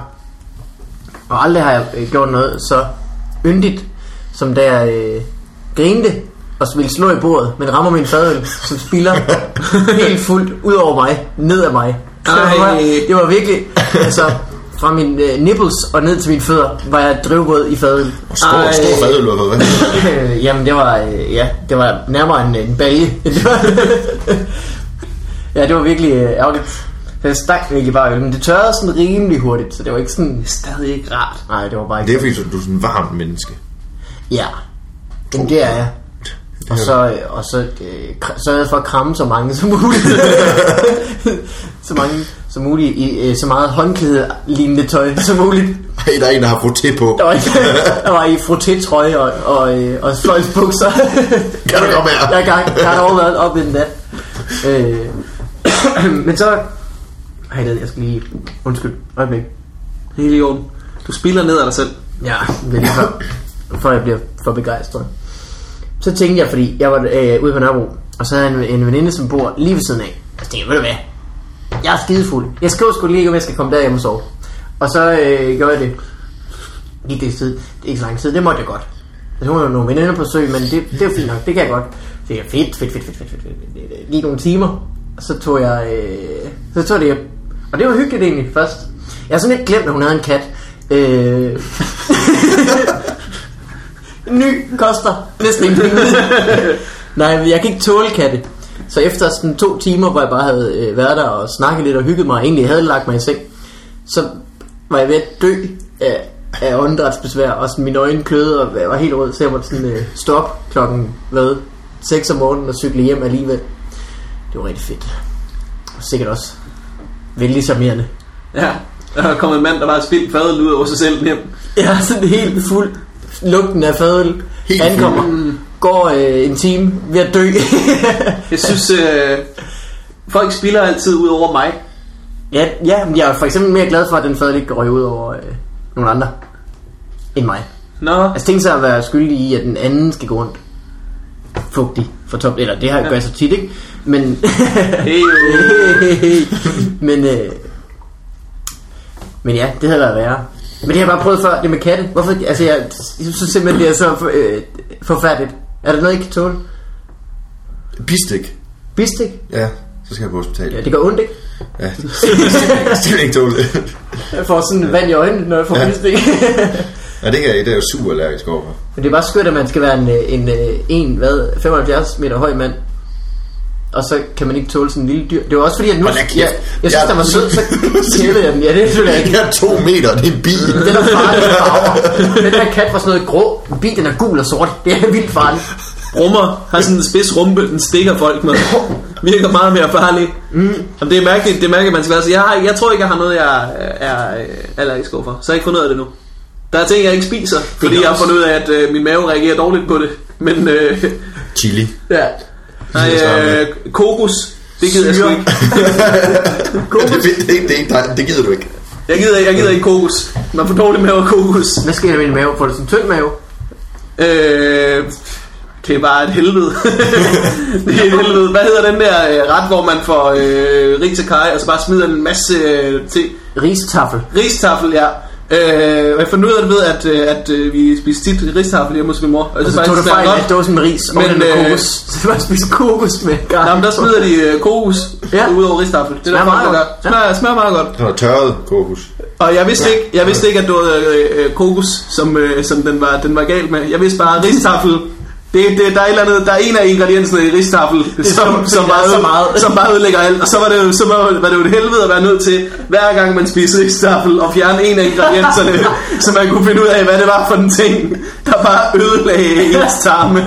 Speaker 2: Og aldrig har jeg øh, gjort noget så yndigt, som da jeg øh, grinte og ville slå i bordet, men rammer min fadøl, som spiller helt fuldt ud over mig, ned af mig. Så det var,
Speaker 1: Ej.
Speaker 2: det var virkelig, altså fra min øh, nipples og ned til mine fødder, var jeg drivvåd i fadøl.
Speaker 3: Stor,
Speaker 1: Ej.
Speaker 3: stor fadøl, eller hvad?
Speaker 2: Øh, jamen det var, øh, ja, det var nærmere en, en balje. Det var- ja, det var virkelig øh, ærgerligt. Så Jeg stak virkelig bare øl, men det tørrede sådan rimelig hurtigt, så det var ikke sådan stadig ikke rart. Nej, det var bare
Speaker 3: Det
Speaker 2: ikke
Speaker 3: er fordi, du er sådan en varm menneske.
Speaker 2: Ja, men det er jeg. Og så, øh, og så øh, kr- sørgede jeg for at kramme så mange som muligt. så mange som muligt i øh, så meget håndklæde-lignende tøj som muligt.
Speaker 3: Ej, der er en, der har fået til på.
Speaker 2: Der var, der var i frotté-trøje og, og, øh, og fløjlsbukser.
Speaker 3: Kan du komme her?
Speaker 2: Der er gang, der har overværet op i den nat. Øh, men så... Ej, jeg skal lige... Undskyld, øjeblik.
Speaker 1: Helt i orden. Du spiller ned af dig selv.
Speaker 2: Ja, men for, for jeg bliver for begejstret. Så tænkte jeg, fordi jeg var øh, ude på Nørrebro, og så havde jeg en, en veninde, som bor lige ved siden af. Og så tænkte jeg, ved du hvad, jeg er skidefuld. Jeg skriver sgu lige, om jeg skal komme derhjem og sove. Og så øh, gjorde jeg det. Gik det i tid. Det er ikke så lang tid, det måtte jeg godt. Altså, hun havde nogle veninder på søg, men det, det er fint nok, det kan jeg godt. Så jeg, fedt, fedt, fedt, fedt, fedt, fedt, fedt, fedt, fedt. Gik nogle timer, og så tog jeg, øh, så tog jeg det hjem. Og det var hyggeligt egentlig først. Jeg har sådan lidt glemt, at hun havde en kat. Øh, ny koster næsten ingenting. Nej, men jeg kan ikke tåle katte. Så efter sådan to timer, hvor jeg bare havde øh, været der og snakket lidt og hygget mig, og egentlig havde lagt mig i seng, så var jeg ved at dø af, af åndedrætsbesvær, og sådan mine øjne kløede, og jeg var helt rød, så jeg måtte sådan øh, stoppe klokken, hvad, 6 om morgenen og cykle hjem alligevel. Det var rigtig fedt. Og sikkert også vældig charmerende.
Speaker 1: Ja. Der kom en mand, der bare spildt fadel ud over sig selv hjem.
Speaker 2: Jeg er sådan helt fuld. Lugten af fadøl.
Speaker 3: Helt
Speaker 2: Ankommer. Går øh, en time ved at dø.
Speaker 1: Jeg synes, øh, folk spiller altid ud over mig.
Speaker 2: ja, ja, men jeg er for eksempel mere glad for, at den fadøl ikke går ud over øh, nogle andre end mig.
Speaker 1: Nå,
Speaker 2: Altså tænk sig at være skyldig i, at den anden skal gå rundt fugtig for top. Eller det har gør jeg så tit, ikke? Men,
Speaker 1: hey, øh.
Speaker 2: men, øh, men ja, det havde været værre. Men det har jeg bare prøvet før, det med katte. Hvorfor? Altså, jeg, jeg synes simpelthen, det er så øh, forfærdeligt. Er der noget, I kan tåle?
Speaker 3: Bistik.
Speaker 2: Bistik?
Speaker 3: Ja, så skal jeg på hospitalet.
Speaker 2: Ja, det gør ondt, ikke?
Speaker 3: Ja, det skal jeg ikke tåle.
Speaker 2: Jeg får sådan vand i øjnene, når jeg får
Speaker 3: Ja.
Speaker 2: bistik.
Speaker 3: Ja, det, kan jeg, det er jeg super allergisk overfor.
Speaker 2: Men det er bare skørt, at man skal være en, øh, en, øh, en hvad, 75 meter høj mand. Og så kan man ikke tåle sådan en lille dyr. Det var også fordi, at nu...
Speaker 3: Hold da
Speaker 2: Jeg,
Speaker 3: kæft.
Speaker 2: jeg, jeg synes,
Speaker 3: Jeg-
Speaker 2: den var sød, så kældede jeg den. Ja, det er det ikke.
Speaker 3: Jeg er to meter, det er en bil.
Speaker 2: Den er farlig med farver. Den der kat var sådan noget grå. En bil, den er gul og sort. Det er vildt farligt.
Speaker 1: Rummer har sådan en spids rumpe, den stikker folk med. Virker meget mere farlig. Mm. Jamen, det er mærkeligt, det er mærkeligt, man skal være. Så jeg, har, jeg tror ikke, jeg har noget, jeg øh, er øh, allergisk overfor. Så har jeg ikke fundet ud af det nu. Der er ting, jeg ikke spiser, fordi jeg har fundet ud af, at øh, min mave reagerer dårligt på det. Men øh,
Speaker 3: Chili.
Speaker 1: ja. Nej, øh, kokos, det gider jeg sgu
Speaker 2: Syre.
Speaker 1: ikke.
Speaker 3: Ja, det, det, det, det, det, det gider du ikke.
Speaker 1: Jeg gider, ikke- jeg gider ikke kokos. Man får dårlig mave af kokos.
Speaker 2: Hvad sker der med din mave? Får du sådan en tynd mave?
Speaker 1: Øh, det er bare et helvede. det er et helvede. Hvad hedder den der øh, ret, hvor man får øh, ritakai, og så bare smider en masse øh, til
Speaker 2: Ristaffel.
Speaker 1: ristaffel, ja. Øh, og jeg fandt ud af det ved, at, øh, at øh, vi spiste tit ristaffel hjemme hos min mor. Og
Speaker 2: Og
Speaker 1: det
Speaker 2: så
Speaker 1: er
Speaker 2: tog du
Speaker 1: faktisk
Speaker 2: fejl af
Speaker 1: smager godt.
Speaker 2: dåsen med ris og
Speaker 1: Men,
Speaker 2: den med
Speaker 1: øh,
Speaker 2: kokos. Så det var at spise kokos med garn.
Speaker 1: Nå, men der smider de øh, kokos
Speaker 2: Ja.
Speaker 1: ja. ud over ristaffel. Det er
Speaker 2: Smager
Speaker 1: der
Speaker 2: meget
Speaker 1: meget
Speaker 2: godt.
Speaker 1: godt. Smager, smager meget godt.
Speaker 3: Det var tørret kokos.
Speaker 1: Og jeg vidste ikke, jeg vidste ikke at det var øh, øh, kokos, som, øh, som den, var, den var galt med. Jeg vidste bare, at ristaffel, det, det, der, er et eller andet, der er en af ingredienserne i ristaffel, som, som,
Speaker 2: det er
Speaker 1: bare,
Speaker 2: så
Speaker 1: øde-
Speaker 2: meget.
Speaker 1: som bare ødelægger alt. Og så var det, jo- så var, var det jo et helvede at være nødt til, hver gang man spiser ristaffel, og fjerne en af ingredienserne, så man kunne finde ud af, hvad det var for en ting, der bare ødelagde ens tarme.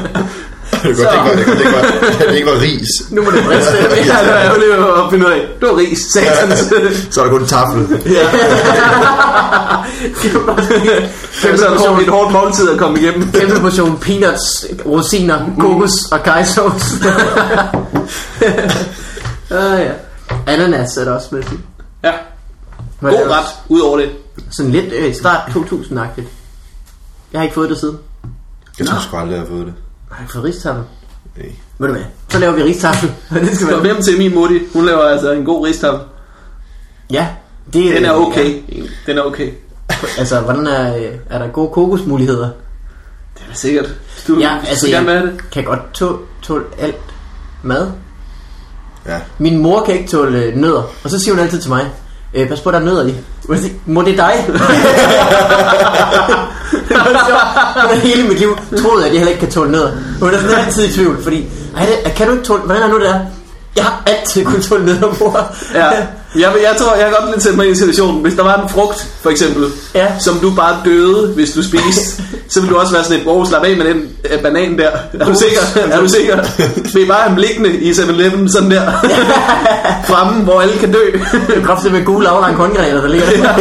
Speaker 3: Det er godt, det er godt, det er godt, det er godt. At det ikke var ris.
Speaker 2: Nu må du briste
Speaker 1: Ja, det var ærgerligt at finde ud af. Det var ris, satans.
Speaker 3: Så er der kun tafel.
Speaker 1: Ja. Det
Speaker 2: Kæmpe
Speaker 1: var sådan
Speaker 2: portion,
Speaker 1: hårdt- et hårdt måltid at komme igennem.
Speaker 2: kæmpe portion peanuts,
Speaker 1: Mm.
Speaker 2: rosiner, kokos og kajsovs. ah, ja. Ananas er der også med.
Speaker 1: Ja.
Speaker 2: Hvad
Speaker 1: God
Speaker 2: er det?
Speaker 1: ret, ud over det.
Speaker 2: Sådan lidt øh, start 2000-agtigt. Jeg har ikke fået det siden.
Speaker 3: Jeg tror sgu aldrig, jeg har fået det.
Speaker 2: Jeg har ikke fået ristafel.
Speaker 3: Nej.
Speaker 2: Ved du hvad? Så laver vi ristafel. Og det skal
Speaker 1: Kom
Speaker 2: være.
Speaker 1: hjem til min mutti. Hun laver altså en god ristap.
Speaker 2: Ja, det,
Speaker 1: Den er
Speaker 2: øh,
Speaker 1: okay. Den er okay.
Speaker 2: Ja. Altså, hvordan er, øh, er der gode kokosmuligheder?
Speaker 1: Den er sikkert. Hvis Du,
Speaker 2: Ja, altså,
Speaker 1: du gerne vil have
Speaker 2: jeg
Speaker 1: det.
Speaker 2: kan godt tå- tåle alt mad.
Speaker 3: Ja.
Speaker 2: Min mor kan ikke tåle øh, nødder, og så siger hun altid til mig, øh, pas på, der er nødder i. Og jeg siger, Må det er dig? det var sjovt. Hun har hele mit liv troet, at jeg heller ikke kan tåle nødder. Hun er sådan altid i tvivl, fordi, Ej, det, kan du ikke tåle, hvordan er nu det der? Jeg har altid kunnet tåle nødder, mor.
Speaker 1: Ja. Jeg, jeg tror, jeg kan godt lidt sætte mig ind i situationen. Hvis der var en frugt, for eksempel,
Speaker 2: Ja.
Speaker 1: som du bare døde, hvis du spiste, så ville du også være sådan et, wow, slap af med den øh, banan der. Er du sikker? Er du sikker? Vi er bare ham liggende i 7-Eleven, sådan der. Fremme, hvor alle kan dø.
Speaker 2: Kræftet med gule aflange håndgranater, der ligger der.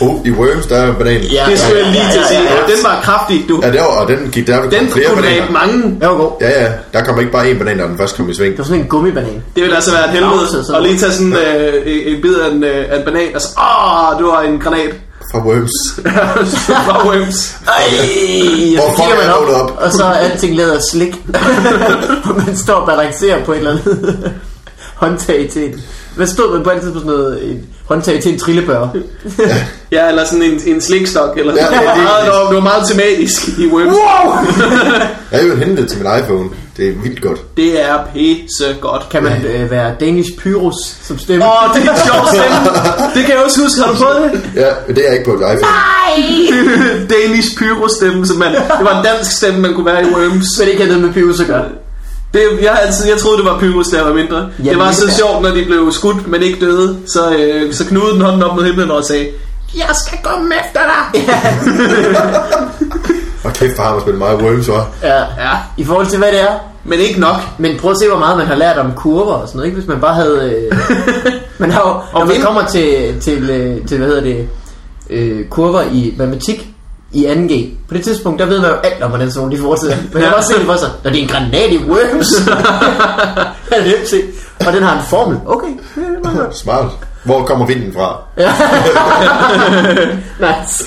Speaker 3: Oh, i Worms, der er bananen.
Speaker 2: Ja.
Speaker 1: Det skulle jeg lige til at sige.
Speaker 2: Ja, ja, ja.
Speaker 1: Den var kraftig, du.
Speaker 3: Ja, der var, og den gik der, der
Speaker 1: Den
Speaker 3: kom flere
Speaker 1: kunne have
Speaker 3: bananer.
Speaker 1: mange.
Speaker 2: Det var god.
Speaker 3: Ja, ja, der kom ikke bare én banan, da den først kom i sving.
Speaker 2: Det var sådan en gummibanan.
Speaker 1: Det ville altså være et
Speaker 2: Pause,
Speaker 1: helvede
Speaker 2: så-
Speaker 1: at lige tage sådan øh, en- en bid af en, øh, af en banan, og så, åh, det var en granat.
Speaker 3: Fra Worms.
Speaker 1: Fra Worms.
Speaker 2: Ej,
Speaker 3: Hvor
Speaker 2: så
Speaker 3: fuck
Speaker 2: kigger
Speaker 3: er
Speaker 2: man op,
Speaker 3: låget
Speaker 2: op,
Speaker 3: op?
Speaker 2: og så er alting lavet af slik. og man står og balancerer på et eller andet håndtag til en... Hvad stod man på altid på sådan noget? En håndtag til en trillebør.
Speaker 1: Ja, eller sådan en, en slikstok. Eller
Speaker 3: Ja,
Speaker 1: sådan. det,
Speaker 3: ja,
Speaker 1: var
Speaker 3: lige
Speaker 1: meget,
Speaker 3: præcis.
Speaker 1: det, var, det var meget tematisk i Worms.
Speaker 3: Jeg har jo hentet det til min iPhone. Det er vildt godt.
Speaker 1: Det er pisse godt.
Speaker 2: Kan man øh, være Danish Pyrus som stemme?
Speaker 1: Åh, oh, det er en sjov stemme. Det kan jeg også huske. Har du prøvet det?
Speaker 3: Ja, men det er ikke på et iPhone.
Speaker 1: Danish pyro-stemme. Som man, det var en dansk stemme, man kunne være i Worms.
Speaker 2: Men ikke har noget med Pyrus at gøre.
Speaker 1: Det, jeg, har altid, jeg troede, det var Pyrus, der var mindre. Jamen, det var
Speaker 2: det
Speaker 1: så
Speaker 2: er-
Speaker 1: sjovt, når de blev skudt, men ikke døde. Så, øh, så knudede den hånden op mod himlen og sagde, jeg skal komme efter dig.
Speaker 3: Og kæft, for har man spillet meget Worms, var.
Speaker 2: Ja.
Speaker 1: Ja,
Speaker 2: I forhold til hvad det er.
Speaker 1: men ikke nok.
Speaker 2: Men prøv at se, hvor meget man har lært om kurver og sådan noget, ikke? Hvis man bare havde... Øh, man har jo, når man
Speaker 1: vind.
Speaker 2: kommer til, til, øh, til hvad hedder det, øh, kurver i matematik i 2G, på det tidspunkt, der ved man jo alt om, hvordan sådan nogle de fortsætter. Man kan
Speaker 1: Ja.
Speaker 2: bare se det for sig. Når det er en granat i worms. Ja, det er nemt se. Og den har en formel. Okay. ja, det er meget godt.
Speaker 3: Smart. Hvor kommer vinden fra?
Speaker 2: Nice.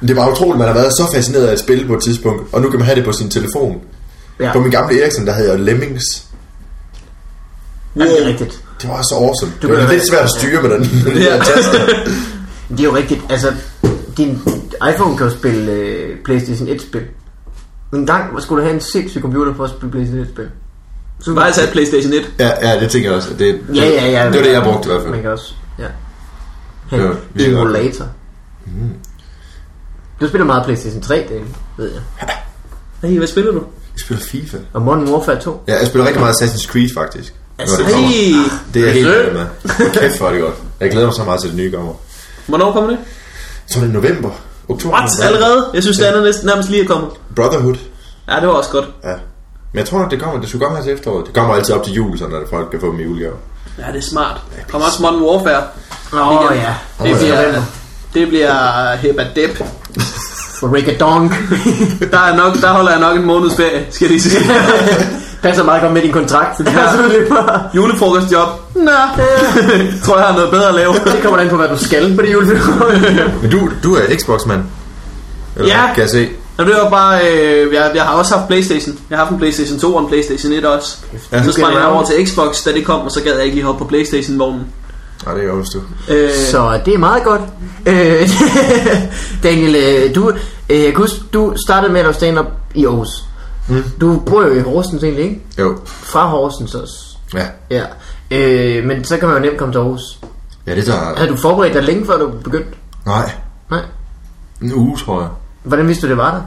Speaker 3: Men det var utroligt, man har været så fascineret af at spille på et tidspunkt, og nu kan man have det på sin telefon.
Speaker 2: Ja.
Speaker 3: Ja. På min gamle Ericsson, der havde jeg Lemmings.
Speaker 2: Ja, det er rigtigt.
Speaker 3: Det var så awesome. Det
Speaker 2: kan
Speaker 3: var
Speaker 2: da
Speaker 3: lidt svært at styre med den. Ja.
Speaker 2: Men Det er jo rigtigt. Altså, din iPhone kan jo spille øh, PlayStation 1-spil. Men en gang hvor skulle du have en sindssyg computer for at spille PlayStation 1-spil. Så
Speaker 1: Bare sat PlayStation 1.
Speaker 3: ja, ja, det tænker jeg også. Det,
Speaker 2: Ja, ja, ja.
Speaker 3: Det var det, jeg brugte i hvert
Speaker 2: Man
Speaker 3: fald.
Speaker 2: kan også, ja.
Speaker 3: Det var
Speaker 2: Det
Speaker 3: virkelig
Speaker 2: er
Speaker 3: godt.
Speaker 2: emulator. Mm. Du spiller meget PlayStation 3, det ved jeg.
Speaker 1: Hey, hvad spiller du?
Speaker 3: Jeg spiller FIFA.
Speaker 2: Og Modern Warfare 2.
Speaker 3: Ja, jeg spiller rigtig meget Assassin's Creed, faktisk. når
Speaker 2: Altså,
Speaker 3: det, kommer.
Speaker 1: Hey,
Speaker 3: det er jeg helt
Speaker 1: altså.
Speaker 3: vild med. Kæft, hvor er det godt. Jeg glæder mig så meget til det nye kommer.
Speaker 1: hvornår kommer det?
Speaker 3: Så er det november. Oktober.
Speaker 1: What? Allerede? Jeg synes, det andet næsten nærmest lige er kommet.
Speaker 3: Brotherhood.
Speaker 1: Ja, det var også godt.
Speaker 3: Ja. Men jeg tror nok, det kommer. Det skulle komme her til efteråret. Det kommer altid op til jul, sådan at folk kan få dem i julegave.
Speaker 1: Ja, det er smart. Kommer også Modern Warfare.
Speaker 2: Åh oh,
Speaker 1: Igen.
Speaker 2: ja.
Speaker 1: Det
Speaker 3: Åh, ja.
Speaker 1: bliver, det bliver hebadep.
Speaker 2: For Rick and Donk.
Speaker 1: Der, er nok, der holder jeg nok en måneds ferie, skal jeg lige sige.
Speaker 2: Passer meget godt med din kontrakt. Det, er selvfølgelig bare-
Speaker 1: Julefrokostjob. Nå, tror jeg har noget bedre at lave.
Speaker 2: det kommer an på, hvad du skal på det julefrokostjob.
Speaker 3: Men du, du er Xbox-mand. Eller
Speaker 1: Ja.
Speaker 3: hvad? Kan jeg se.
Speaker 1: Nå, det var bare, øh, jeg, jeg har også haft Playstation. Jeg har haft en Playstation 2 og en Playstation 1 også.
Speaker 3: Ja.
Speaker 1: Så sprang jeg over til Xbox, da det kom, og så gad jeg ikke lige hoppe på Playstation-vognen.
Speaker 3: Nej, det er jo du.
Speaker 1: Øh,
Speaker 2: Så det er meget godt. Øh, Daniel, øh, du, øh, jeg kan huske, du startede med at lave stand-up i Aarhus. Mm. Du bor jo i Horsens egentlig, ikke?
Speaker 3: Jo.
Speaker 2: Fra Horsens også.
Speaker 3: Ja.
Speaker 2: Ja. Øh, men så kan man jo nemt komme til Aarhus.
Speaker 3: Ja, det tager...
Speaker 2: Havde du forberedt dig længe før du begyndte?
Speaker 3: Nej.
Speaker 2: Nej.
Speaker 3: En uge, tror jeg.
Speaker 2: Hvordan vidste du, det var der?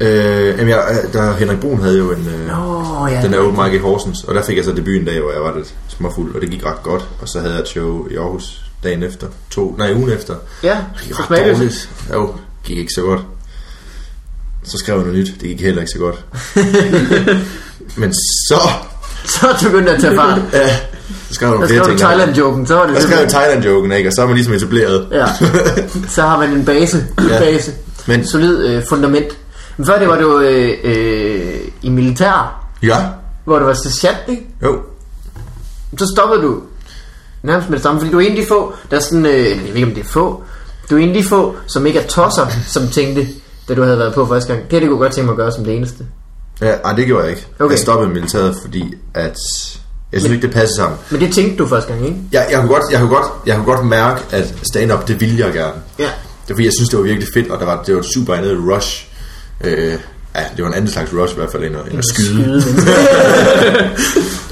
Speaker 3: Øh, jamen, jeg, der, Henrik Brun havde jo en... Øh,
Speaker 2: Åh, ja.
Speaker 3: Den er open mic i Horsens, og der fik jeg så debuten dag, hvor jeg var lidt småfuld, og det gik ret godt. Og så havde jeg et show i Aarhus dagen efter, to, nej ugen efter.
Speaker 2: Ja,
Speaker 3: Det gik
Speaker 2: så
Speaker 3: ret
Speaker 2: smagte det.
Speaker 3: dårligt. Jo, gik ikke så godt. Så skrev jeg noget nyt, det gik heller ikke så godt. Men så,
Speaker 2: Så er du begyndt at tage fart.
Speaker 3: ja, så skrev jeg
Speaker 2: Der skrev
Speaker 3: nogle flere
Speaker 2: du
Speaker 3: ting.
Speaker 2: Thailand-joken, så var det
Speaker 3: Jeg skrev
Speaker 2: simpelthen-
Speaker 3: Thailand-joken, ikke? Og så er man ligesom etableret.
Speaker 2: Ja. Så har man en base. Ja.
Speaker 3: Ja.
Speaker 2: base.
Speaker 3: Men-
Speaker 2: Men. Solid øh, fundament. Men før det var du øh, øh, i militær,
Speaker 3: Ja,
Speaker 2: hvor du var sergeant, ikke?
Speaker 3: jo.
Speaker 2: Så stoppede du nærmest med det samme, fordi du er en af de få, der er sådan, øh, eller jeg ved ikke om det er få, du er en af de få, som ikke er tosser, som tænkte, da du havde været på første gang, det her det kunne jeg godt tænke mig at gøre som det eneste.
Speaker 3: Ja, ej, det gjorde jeg ikke.
Speaker 2: Okay.
Speaker 3: Okay. Jeg stoppede i militæret, fordi at... Jeg synes ikke, det passede sammen.
Speaker 2: Men det tænkte du første gang, ikke?
Speaker 3: Jeg, jeg, kunne godt, jeg, kunne godt, jeg kunne godt mærke, at stand-up, det ville jeg gerne.
Speaker 2: Ja.
Speaker 3: Det er fordi, jeg synes, det var virkelig fedt, og der var, det var et super andet rush. Øh, ja, det var en anden slags rush i hvert fald, end at, end at skyde.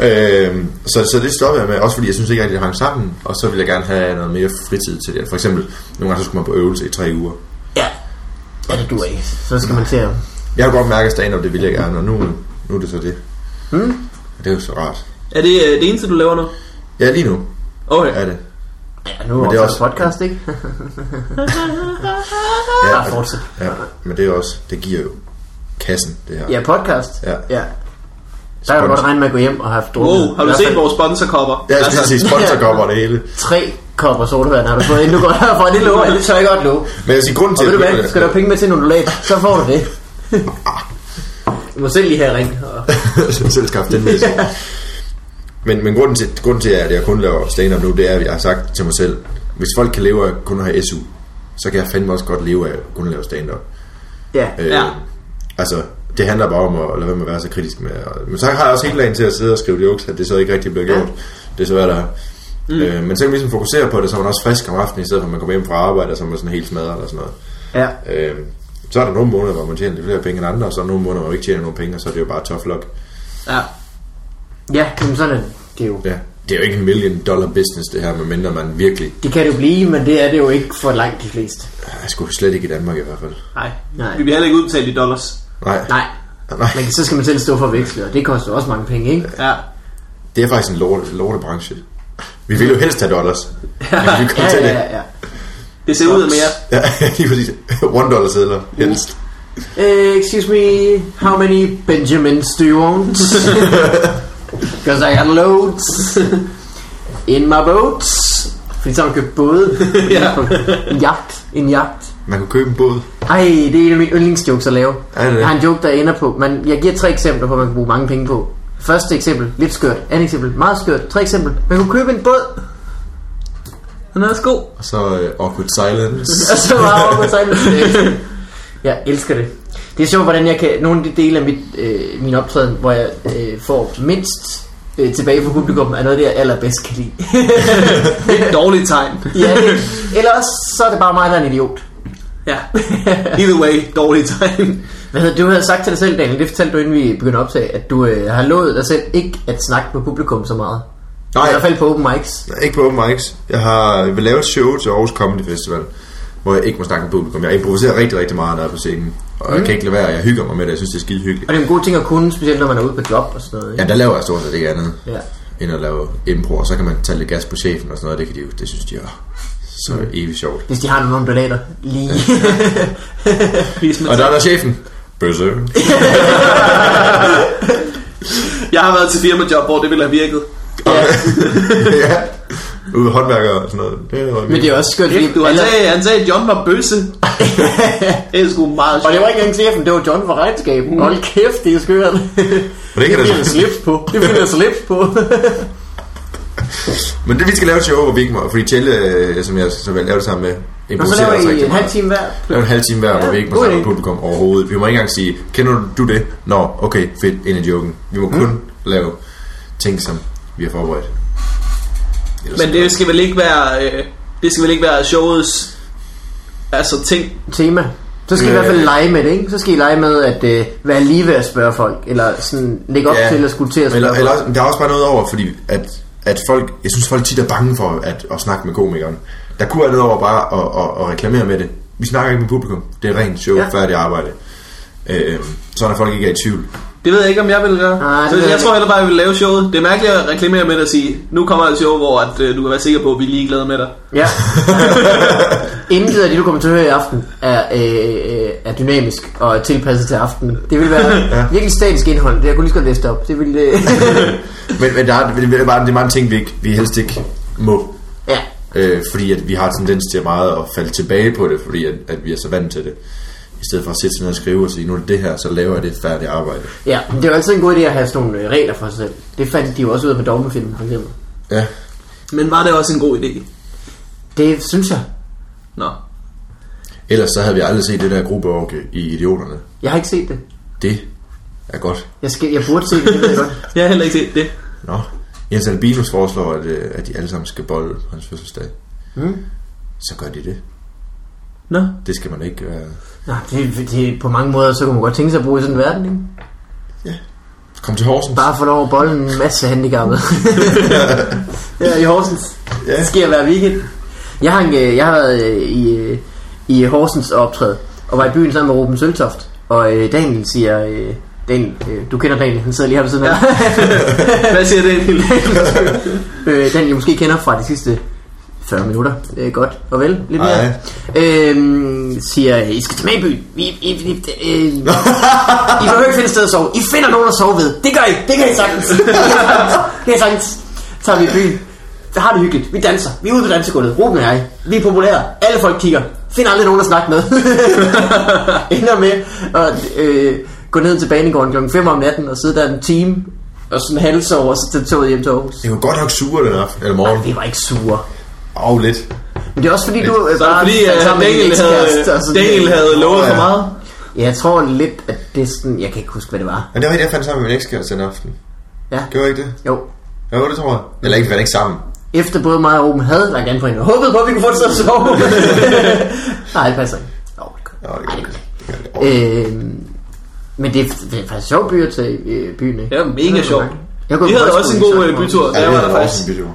Speaker 3: Øh, så, så det stoppede jeg med, også fordi jeg synes ikke rigtig, det hang sammen. Og så ville jeg gerne have noget mere fritid til det. For eksempel, nogle gange så skulle man på øvelse i tre uger.
Speaker 2: Ja. Ja, det duer ikke. Så skal man til at...
Speaker 3: Jeg kunne godt mærke, at stand-up, det ville jeg gerne, og nu, nu er det så det. Mm. Det er jo så rart.
Speaker 1: er det øh, det eneste, du laver nu?
Speaker 3: Ja, lige nu.
Speaker 1: Okay.
Speaker 3: er det.
Speaker 2: Ja, nu
Speaker 3: Men
Speaker 2: er
Speaker 3: det
Speaker 2: det
Speaker 3: er
Speaker 2: også
Speaker 3: også-
Speaker 2: podcast, ikke?
Speaker 3: Ja,
Speaker 2: Bare fortsæt.
Speaker 3: ja, men det er også, det giver jo kassen, det her.
Speaker 2: Ja, podcast.
Speaker 3: Ja.
Speaker 2: ja. Der kan du godt regne med at gå hjem og have haft drukket.
Speaker 1: Wow, har du
Speaker 2: I hvert
Speaker 1: set
Speaker 2: fald
Speaker 1: vores sponsorkopper? Altså-
Speaker 3: Ja, jeg skal sige, sponsor kommer og det hele.
Speaker 2: Tre kopper sodavand har du fået, inden du går herfra. Det lover jeg, det tør jeg godt love.
Speaker 3: Men jeg siger, grunden
Speaker 2: Og
Speaker 3: til,
Speaker 2: ved du
Speaker 3: at
Speaker 2: hvad, skal du have penge med til en undulat, så får du det. Du må selv lige have ring. Og...
Speaker 3: selv skaffe den med. Men, men grunden, til, grunden til, at jeg kun laver stand-up nu, det er, at jeg har sagt til mig selv, hvis folk kan leve af kun at have SU, så kan jeg fandme også godt leve af kun at lave stand-up.
Speaker 2: Ja.
Speaker 3: Øh,
Speaker 1: Ja.
Speaker 3: Altså, det handler bare om at lade være med at være så kritisk med. og- Men så har jeg også helt dagen til at sidde og skrive jokes, at det så ikke rigtig bliver gjort. Det er så, hvad der er. Mm. Øh, men så kan man ligesom fokusere på det, så er man også frisk om aftenen, i stedet for at man kommer hjem fra arbejde, og så er man sådan helt smadret eller sådan noget.
Speaker 2: ja.
Speaker 3: Øh, så er der nogle måneder, hvor man tjener lidt flere penge end andre, og så er der nogle måneder, hvor man ikke tjener nogen penge, og så er det jo bare tough luck.
Speaker 1: Ja.
Speaker 2: Ja, jamen sådan er det. det er jo.
Speaker 3: Ja. Det er jo ikke en million dollar business, det her, medmindre man virkelig...
Speaker 2: Det kan det jo blive, men det er det jo ikke for langt de fleste.
Speaker 3: Jeg skulle slet ikke i Danmark i hvert fald.
Speaker 1: Nej.
Speaker 2: Nej.
Speaker 1: Vi bliver heller ikke udbetalt i dollars.
Speaker 3: Nej.
Speaker 2: Nej,
Speaker 3: Nej.
Speaker 2: men så skal man selv stå for at veksle, og det koster også mange penge, ikke?
Speaker 1: Ja.
Speaker 3: Det er faktisk en lorte, lortebranche. Vi vil jo helst have dollars. Ja, vi kan
Speaker 2: Ja,
Speaker 3: til
Speaker 2: ja,
Speaker 3: det.
Speaker 2: ja, ja.
Speaker 1: Det ser ud af mere.
Speaker 3: Ja, lige præcis. One dollar sedler, helst.
Speaker 2: Uh, excuse me, how many Benjamins do you want? Because I got loads in my boat. Fordi så har man købt både.
Speaker 1: Ja.
Speaker 2: En jagt. En jagt.
Speaker 3: Man kunne købe en båd.
Speaker 2: Ej, det er en af mine yndlingsjokes at lave.
Speaker 3: Er det det?
Speaker 2: Jeg har en joke, der ender på. Man, jeg giver tre eksempler på, at man kan bruge mange penge på. Første eksempel, lidt skørt. Andet eksempel, meget skørt. Tre eksempel, man kunne købe en båd.
Speaker 1: Den er også god.
Speaker 3: Og så uh, Awkward Silence.
Speaker 2: Og så var over på Simon Snæs. Jeg elsker det. Det er sjovt, hvordan jeg kan... Nogle af de dele af mit, øh, min optræden, hvor jeg øh, får mindst øh, tilbage fra publikum, er noget, det jeg allerbedst kan lide.
Speaker 1: Det er et dårligt tegn.
Speaker 2: ja, det, eller også, så er det bare mig, der er en idiot.
Speaker 1: Ja. Either way, dårligt tegn.
Speaker 2: Hvad hedder, det, du havde sagt til dig selv, Daniel, det fortalte du, inden vi begyndte at optage, at du øh, har lovet dig selv ikke at snakke med publikum så meget.
Speaker 3: Nej.
Speaker 2: I hvert fald på open mics.
Speaker 3: Nej, ikke på open mics. Jeg har jeg vil lave et show til Aarhus Comedy Festival, hvor jeg ikke må snakke med publikum. Jeg improviserer rigtig, rigtig meget, når jeg er på scenen. Og mm. jeg kan ikke lade være, jeg hygger mig med det. Jeg synes, det er skide hyggeligt.
Speaker 2: Og det er en god ting at kunne, specielt når man er ude på job og sådan noget.
Speaker 3: Ja,
Speaker 2: Ikke?
Speaker 3: der laver jeg stort set ikke andet.
Speaker 2: Ja.
Speaker 3: end at lave impro, og så kan man tage lidt gas på chefen og sådan noget, det, kan de jo, det synes de er så mm. evigt sjovt.
Speaker 2: Hvis de har nogle undulater lige.
Speaker 1: Vis mig
Speaker 3: Og der
Speaker 1: tegn.
Speaker 3: er der chefen. Bøsse.
Speaker 1: Jeg har været til firmajob, hvor det ville have virket.
Speaker 2: ja.
Speaker 3: ja. Ude ved håndværkere og sådan noget. Det var
Speaker 2: Men det er også skørt, fordi
Speaker 1: Du, han,
Speaker 2: alle-
Speaker 1: sagde, han sagde, at John var bøsse. det er sgu meget
Speaker 2: Og det var ikke engang chefen, det var John fra regnskabet. Mm. Hold kæft, det er skørt.
Speaker 3: Men det
Speaker 2: Det
Speaker 3: kan det
Speaker 2: bliver der slips på. Det bliver der slips på.
Speaker 3: Men det vi skal lave et show, hvor vi ikke må, fordi Tjelle, øh, som jeg så vil lave det sammen med,
Speaker 2: Og så
Speaker 3: improviserer også
Speaker 2: laver I en
Speaker 3: altså rigtig
Speaker 2: halv
Speaker 3: meget.
Speaker 2: time hver.
Speaker 3: Lave en halv time hver, hvor vi ikke må
Speaker 2: god
Speaker 3: snakke med
Speaker 2: idé.
Speaker 3: publikum overhovedet. Vi må ikke engang sige, kender du det? Nå, okay, fedt, ind i joken. Vi
Speaker 2: Mm.
Speaker 3: må kun lave ting, som vi har forberedt. Ellers-
Speaker 1: Men det skal vel ikke være... Øh, det skal vel ikke være showets... Altså ting...
Speaker 2: Tema. Så skal I i
Speaker 3: Ja.
Speaker 2: hvert fald lege med det, ikke? Så skal I lege med at øh, være lige ved at spørge folk. Eller sådan lægge op til at skulle til at spørge
Speaker 3: eller,
Speaker 2: folk.
Speaker 3: eller, også- Der er også bare noget over, fordi at, at folk, jeg synes folk tit er bange for at, at snakke med komikeren. Der kunne være noget over bare at, at, at reklamere med det. Vi snakker ikke med publikum. Det er rent show,
Speaker 2: Ja.
Speaker 3: ja. færdigt arbejde. Øh, sådan at folk ikke er i tvivl.
Speaker 1: Det ved jeg ikke, om jeg vil gøre.
Speaker 2: Nej, det
Speaker 1: så jeg,
Speaker 2: ved jeg
Speaker 1: jeg
Speaker 2: ikke.
Speaker 1: tror heller bare, at jeg vil lave showet. Det er mærkeligt at reklamere med at sige, nu kommer der et show, hvor at, øh, du kan være sikker på, at vi er ligeglade med dig.
Speaker 2: Ja. Intet af det, du kommer til at høre i aften, er, øh, øh, er dynamisk og er tilpasset til aftenen. Det vil være virkelig statisk indhold. Det jeg kunne lige så godt læse det op. Det vil... Øh,
Speaker 3: Men, men der er, det, er bare, det er mange ting, vi, ikke, vi helst ikke må.
Speaker 2: ja.
Speaker 3: Øh, fordi at vi har tendens til meget at falde tilbage på det, fordi at, at vi er så vant til det. I stedet for at sætte sig ned og skrive og sige, nu er det det her, så laver jeg det færdige arbejde.
Speaker 2: Ja, men det er jo altid en god idé at have sådan nogle øh, regler for sig selv. Det fandt de jo også ud af med dogmefilmen, for eksempel.
Speaker 3: Ja,
Speaker 1: Men var det også en god idé?
Speaker 2: Det synes jeg.
Speaker 1: Nå.
Speaker 3: Ellers så havde vi aldrig set det der gruppeorke i Idioterne.
Speaker 2: Jeg har ikke set det.
Speaker 3: Det er godt.
Speaker 2: Jeg, skal, jeg burde se det, det ved jeg godt.
Speaker 1: Jeg har heller ikke set det.
Speaker 3: Nå. Jens Albinus foreslår, at, øh, at de alle sammen skal bolle på hans fødselsdag.
Speaker 2: Mm.
Speaker 3: Så gør de det.
Speaker 1: Nå.
Speaker 3: Det skal man ikke øh,
Speaker 2: Nå, det, det, på mange måder, så kunne man godt tænke sig at bo i sådan en verden, ikke?
Speaker 3: Kom til Horsens.
Speaker 2: Bare få lov at bolle en masse handicappede. ja, i Horsens.
Speaker 3: Ja.
Speaker 2: Det sker hver weekend. Jeg har, en, øh, jeg har været øh, i, øh, i Horsens optræde, og var i byen sammen med Ruben Søltoft. Og øh, Daniel siger, øh, Den, øh, du kender Daniel, han sidder lige her ved siden af.
Speaker 1: Hvad siger det egentlig?
Speaker 2: øh, den I måske kender fra de sidste 40 minutter. Øh, godt og vel, lidt mere.
Speaker 3: Ej.
Speaker 2: Øh, siger, I skal til med i byen. I, I, I, øh, I behøver ikke finde et sted at sove. I finder nogen at sove ved. Det gør I. Det kan I sagtens. Det kan I sagtens. Det kan I sagtens. Så tager vi i byen. Der har det hyggeligt. Vi danser. Vi er ude på dansegulvet. Ruben og jeg. Vi er populære. Alle folk kigger. Finder aldrig nogen at snakke med. Ender med at øh, gå ned til banegården klokken 5 om natten og sidde der en time og sådan halse over og så tage toget hjem til Aarhus.
Speaker 3: Det var godt nok sure den aften, eller morgen.
Speaker 2: Ej, vi var ikke sure.
Speaker 3: Åh, oh, lidt.
Speaker 2: Men det er også fordi, du øh,
Speaker 1: Så er det
Speaker 2: bare
Speaker 1: fordi,
Speaker 2: faldt
Speaker 1: at
Speaker 2: sammen med din
Speaker 1: Daniel
Speaker 2: ekskæreste og
Speaker 1: havde,
Speaker 2: sådan-
Speaker 1: Daniel havde lovet
Speaker 3: Nå,
Speaker 1: for
Speaker 3: ja.
Speaker 1: meget.
Speaker 2: Ja, jeg tror lidt, at det er sådan... Jeg kan ikke huske, hvad det var.
Speaker 3: Men det var rigtigt, jeg fandt sammen med min ekskæreste den aften.
Speaker 2: Ja,
Speaker 3: Gjorde jeg ikke det?
Speaker 2: jo.
Speaker 3: Jo, det tror jeg. Eller ikke, vi fandt ikke sammen.
Speaker 2: Efter både mig og Ruben havde lagt an på hende og håbede på, at vi kunne få det til at sove. Nej, det passer ikke. Jo, det gør
Speaker 3: Nå, det
Speaker 2: Ej,
Speaker 3: gør
Speaker 2: det
Speaker 3: det.
Speaker 2: gør det.
Speaker 3: Det gør
Speaker 1: Øh,
Speaker 3: det. Åh,
Speaker 2: Øhm, men det er, det er faktisk sjov by at tage i byen, ikke?
Speaker 1: Ja, mega sjovt.
Speaker 2: Jeg går
Speaker 1: Vi
Speaker 2: på
Speaker 1: havde
Speaker 2: højskole
Speaker 1: også en
Speaker 2: i
Speaker 1: god
Speaker 2: Sønderborg.
Speaker 1: øh, bytur.
Speaker 3: Ja,
Speaker 1: Der var
Speaker 3: det var
Speaker 1: der
Speaker 3: da
Speaker 1: faktisk.
Speaker 3: også en video.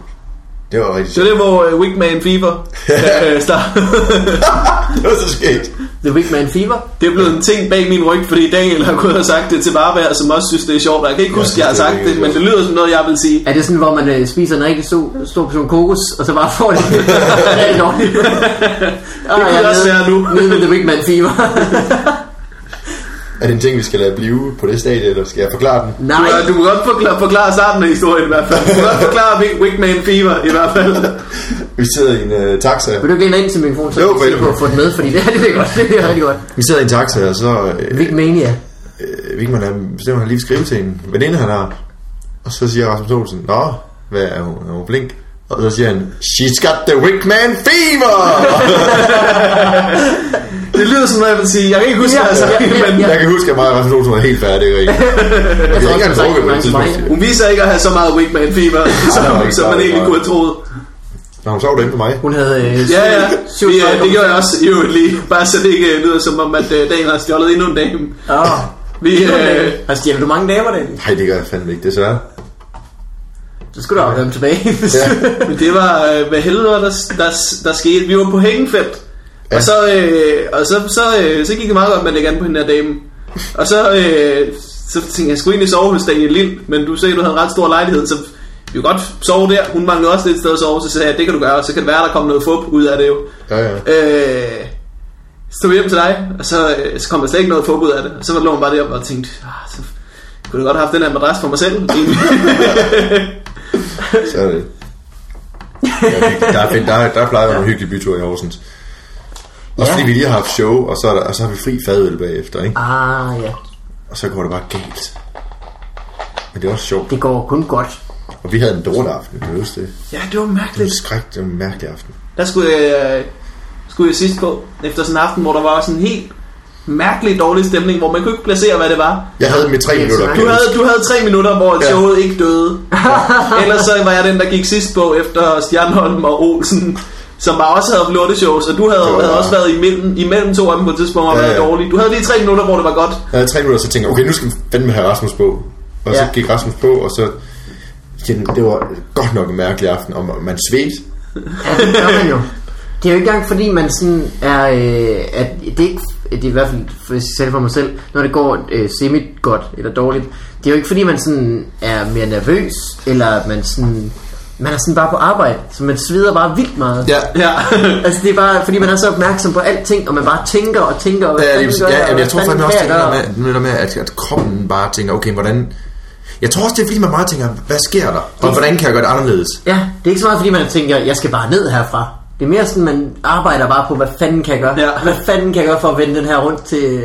Speaker 3: Det var rigtig
Speaker 1: Det var
Speaker 3: sjovt.
Speaker 1: det, hvor øh, Wigman Fever øh, startede.
Speaker 3: Det var så skægt.
Speaker 2: The Wigman Fever.
Speaker 1: Det er blevet en ting bag min ryg, fordi Daniel har gået og sagt det til Barberg, som også synes, det er sjovt. Jeg kan ikke
Speaker 3: Jeg
Speaker 1: huske,
Speaker 3: synes,
Speaker 1: jeg har
Speaker 3: det er
Speaker 1: sagt det,
Speaker 3: mega
Speaker 1: men det lyder som noget, jeg vil sige.
Speaker 2: Er det sådan, hvor man øh, spiser en rigtig stor, stor portion kokos, og så bare får det rigtig dårligt? det
Speaker 1: kunne også være nu.
Speaker 2: Nede med The Wigman Fever.
Speaker 3: Er det en ting, vi skal lade blive på det stadie, eller skal jeg forklare den?
Speaker 1: Du,
Speaker 2: Nej.
Speaker 1: øh, du kan godt forklare, forklare starten af historien i hvert fald. Du kan godt forklare Wig- Wigman Fever i hvert fald.
Speaker 3: Vi sidder i en øh, taxa.
Speaker 2: Vil du ikke læne ind til mikrofonen, så
Speaker 3: Jo,
Speaker 2: jeg
Speaker 3: for
Speaker 2: kan se på
Speaker 3: helvede.
Speaker 2: at få den med, fordi det er det er godt, det er rigtig godt.
Speaker 3: Vi sidder i en taxa, og så... øh,
Speaker 2: Vigmania.
Speaker 3: øh, Vigman han bestemmer, han lige vil skrive til en veninde, han har. Og så siger Rasmus Olsen, Nå, hvad er hun? Er hun flink? Og så siger han, She's got the Wickman fever!
Speaker 1: Det lyder som noget, jeg vil sige. Jeg kan ikke huske, hvad jeg har sagt,
Speaker 2: Ja, ja,
Speaker 1: men
Speaker 2: ja.
Speaker 3: jeg kan huske, at mig og Rasmus Olsen var helt færdige. Ikke? Jeg tror ikke, han
Speaker 2: også,
Speaker 3: drukket på
Speaker 2: der
Speaker 3: det
Speaker 2: er mange
Speaker 3: tidspunkt.
Speaker 1: hun viser ikke at have så meget Wigman Fever, som, som man egentlig kunne have troet.
Speaker 3: Når hun sov derinde på mig.
Speaker 2: Hun havde... Øh,
Speaker 1: Ja, ja.
Speaker 2: syv-
Speaker 1: Vi, øh,
Speaker 2: syv-
Speaker 1: det gjorde jeg også i øvrigt lige. Bare så det ikke øh, lyder som om, at øh, Daniel har stjålet endnu en dame.
Speaker 2: Åh.
Speaker 1: Vi, øh,
Speaker 2: Øh, har stjælet du mange damer, Daniel?
Speaker 3: Nej, det gør jeg fandme ikke, desværre.
Speaker 2: Så skulle du have dem tilbage.
Speaker 3: Ja.
Speaker 1: Men det var, øh, hvad helvede var der, der, der skete. Vi var på Hækkenfeldt. Ja. Og, så, øh, og så, så, øh, så gik det meget godt med at lægge an på den her dame. Og så, øh, så tænkte jeg, jeg skulle egentlig sove hos Daniel Lind, men du sagde, du havde en ret stor lejlighed, så vi kunne godt sove der. Hun manglede også lidt sted at sove, så sagde jeg, det kan du gøre, og så kan det være, der kom noget fup ud af det jo.
Speaker 3: Ja, ja.
Speaker 1: Øh, så tog vi hjem til dig, og så, øh, så kom der slet ikke noget fup ud af det. Og så lå hun bare deroppe og tænkte, ah, så kunne du godt have haft den her madras for mig selv.
Speaker 3: Så er det. Ja, Der, er fedt, der, der plejer at være nogle hyggelige byture i Horsens. Også
Speaker 2: Ja.
Speaker 3: fordi vi lige har haft show, og så, er der, og så har vi fri fadøl bagefter, ikke?
Speaker 2: ah, ja.
Speaker 3: Og så går det bare galt. Men det er også sjovt.
Speaker 2: Det går kun godt.
Speaker 3: Og vi havde en dårlig aften, kan du huske det?
Speaker 1: ja, det var
Speaker 3: Det var
Speaker 1: mærkeligt.
Speaker 3: en skræk, det var en mærkelig aften.
Speaker 1: Der skulle jeg, øh, skulle jeg sidst på, efter sådan en aften, hvor der var sådan en helt mærkelig dårlig stemning, hvor man kunne ikke placere, hvad det var.
Speaker 3: Jeg havde dem i tre
Speaker 2: Det er
Speaker 3: minutter.
Speaker 2: så
Speaker 3: kan
Speaker 1: Du
Speaker 3: jeg
Speaker 1: havde,
Speaker 3: huske.
Speaker 1: du havde tre minutter, hvor
Speaker 3: Ja.
Speaker 1: showet ikke døde. Ellers så var jeg den, der gik sidst på efter Stjernholm og Olsen, som bare også havde haft lorteshows, og du havde,
Speaker 3: Det var-
Speaker 1: havde også været imellem, imellem to af dem på et tidspunkt og
Speaker 3: Ja,
Speaker 1: været
Speaker 3: ja.
Speaker 1: dårlig. Du havde lige tre minutter, hvor det var godt.
Speaker 3: Jeg havde tre minutter, så tænkte jeg, okay, nu skal vi fandme have Rasmus på. Og så
Speaker 2: Ja.
Speaker 3: gik Rasmus på, og så... Ja, Det var godt nok en mærkelig aften, og man svedte.
Speaker 2: Ja, det gør man jo. Det er jo ikke engang fordi man sådan er, øh, at det er ikke, det er i hvert fald for, selv for mig selv, når det går øh, semi godt eller dårligt, det er jo ikke fordi man sådan er mere nervøs, eller at man sådan, man er sådan bare på arbejde, så man sveder bare vildt meget.
Speaker 3: Ja,
Speaker 1: Ja.
Speaker 2: Altså det er bare fordi man er så opmærksom på alting Og man bare tænker og tænker og hvad
Speaker 3: Ja,
Speaker 2: fanden
Speaker 3: lige,
Speaker 2: gør
Speaker 3: ja,
Speaker 2: og
Speaker 3: jamen, jeg
Speaker 2: hvad
Speaker 3: tror
Speaker 2: fanden
Speaker 3: fandme også,
Speaker 2: kan
Speaker 3: det
Speaker 2: jeg
Speaker 3: er
Speaker 2: gøre?
Speaker 3: det der med, det der med at, at kroppen bare tænker, okay, hvordan... Jeg tror også, det er fordi, man meget tænker, hvad sker der? Og hvordan kan jeg gøre det anderledes?
Speaker 2: Ja, det er ikke så meget fordi man tænker Jeg skal bare ned herfra Det er mere sådan man arbejder bare på Hvad fanden kan jeg gøre
Speaker 1: Ja.
Speaker 2: Hvad fanden kan jeg gøre for at vende den her rundt til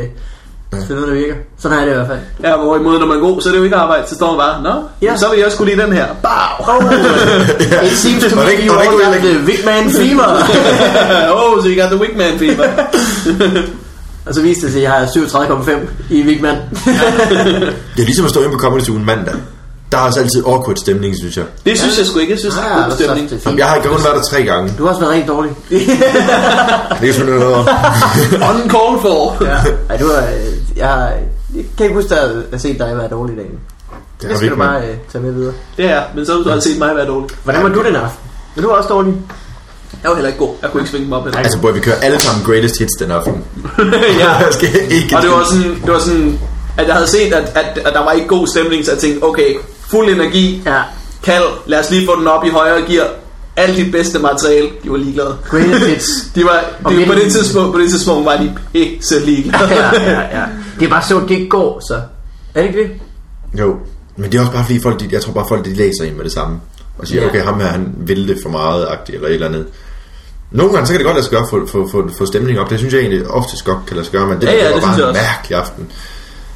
Speaker 2: Til noget der virker Sådan er det i hvert fald
Speaker 1: ja, hvorimod når man er god, så er det jo ikke arbejde, så står man bare, nå,
Speaker 2: Ja.
Speaker 1: så vil jeg også skulle lige den her. Bow!
Speaker 2: It seems to
Speaker 3: Var
Speaker 2: me
Speaker 3: det ikke-
Speaker 2: you
Speaker 3: var det ikke
Speaker 2: all got
Speaker 3: noget,
Speaker 2: the big man fever
Speaker 1: oh, so you got the wigman fever.
Speaker 2: Og så viste det sig at jeg har 37,5 i Vigman
Speaker 1: Ah,
Speaker 3: Det er ligesom at stå inde på Comedy Zoo en mandag. Der er altså altid awkward stemning, synes jeg.
Speaker 1: Det synes jeg sgu ikke. Jeg synes, det er en god stemning.
Speaker 3: Jamen, jeg har ikke kun været der tre gange.
Speaker 2: Du har også været rigtig dårlig
Speaker 3: Det er selvfølgelig noget.
Speaker 1: Uncalled for.
Speaker 2: Ja Ej, du har øh, Jeg har jeg kan ikke huske, at jeg har set dig være dårlig i dag.
Speaker 3: Det
Speaker 2: Det skal
Speaker 3: er
Speaker 2: du
Speaker 3: vigtigt,
Speaker 2: bare
Speaker 3: man.
Speaker 2: øh, tage med videre.
Speaker 1: Det er, men så har du altså set mig være dårlig.
Speaker 2: Hvordan var du den aften? Var du også dårlig?
Speaker 1: Jeg var heller ikke god. Jeg kunne ikke svinge mig op heller.
Speaker 3: Altså, burde vi kører alle sammen greatest hits den aften.
Speaker 1: ja.
Speaker 3: Jeg skal ikke...
Speaker 1: Og det var sådan, det var sådan at jeg havde set, at, at, at der var ikke god stemning, så jeg tænkte, okay, fuld energi,
Speaker 2: Ja.
Speaker 1: kald, lad os lige få den op i højere gear. Alt dit bedste materiale, de var ligeglade.
Speaker 2: Greatest hits.
Speaker 1: De var,
Speaker 2: Og
Speaker 1: de, på,
Speaker 2: virkelig-
Speaker 1: det tidspunkt, på det tidspunkt var de ikke så ligeglade.
Speaker 2: ja, ja, ja. Det er bare sjovt, det ikke går, så. Er det ikke det?
Speaker 3: Jo, men det er også bare fordi folk, de, jeg tror bare folk, de læser ind med det samme. Og siger,
Speaker 2: Ja.
Speaker 3: ja. okay, ham her, han vil det for meget, agtigt, eller et eller andet. Nogle gange, så kan det godt lade sig gøre at få, få, få, få stemningen op. Det synes jeg egentlig oftest godt kan lade sig gøre, men det,
Speaker 1: Ja, ja,
Speaker 3: var
Speaker 1: det synes
Speaker 3: bare
Speaker 1: jeg
Speaker 3: en
Speaker 1: også.
Speaker 3: mærkelig aften.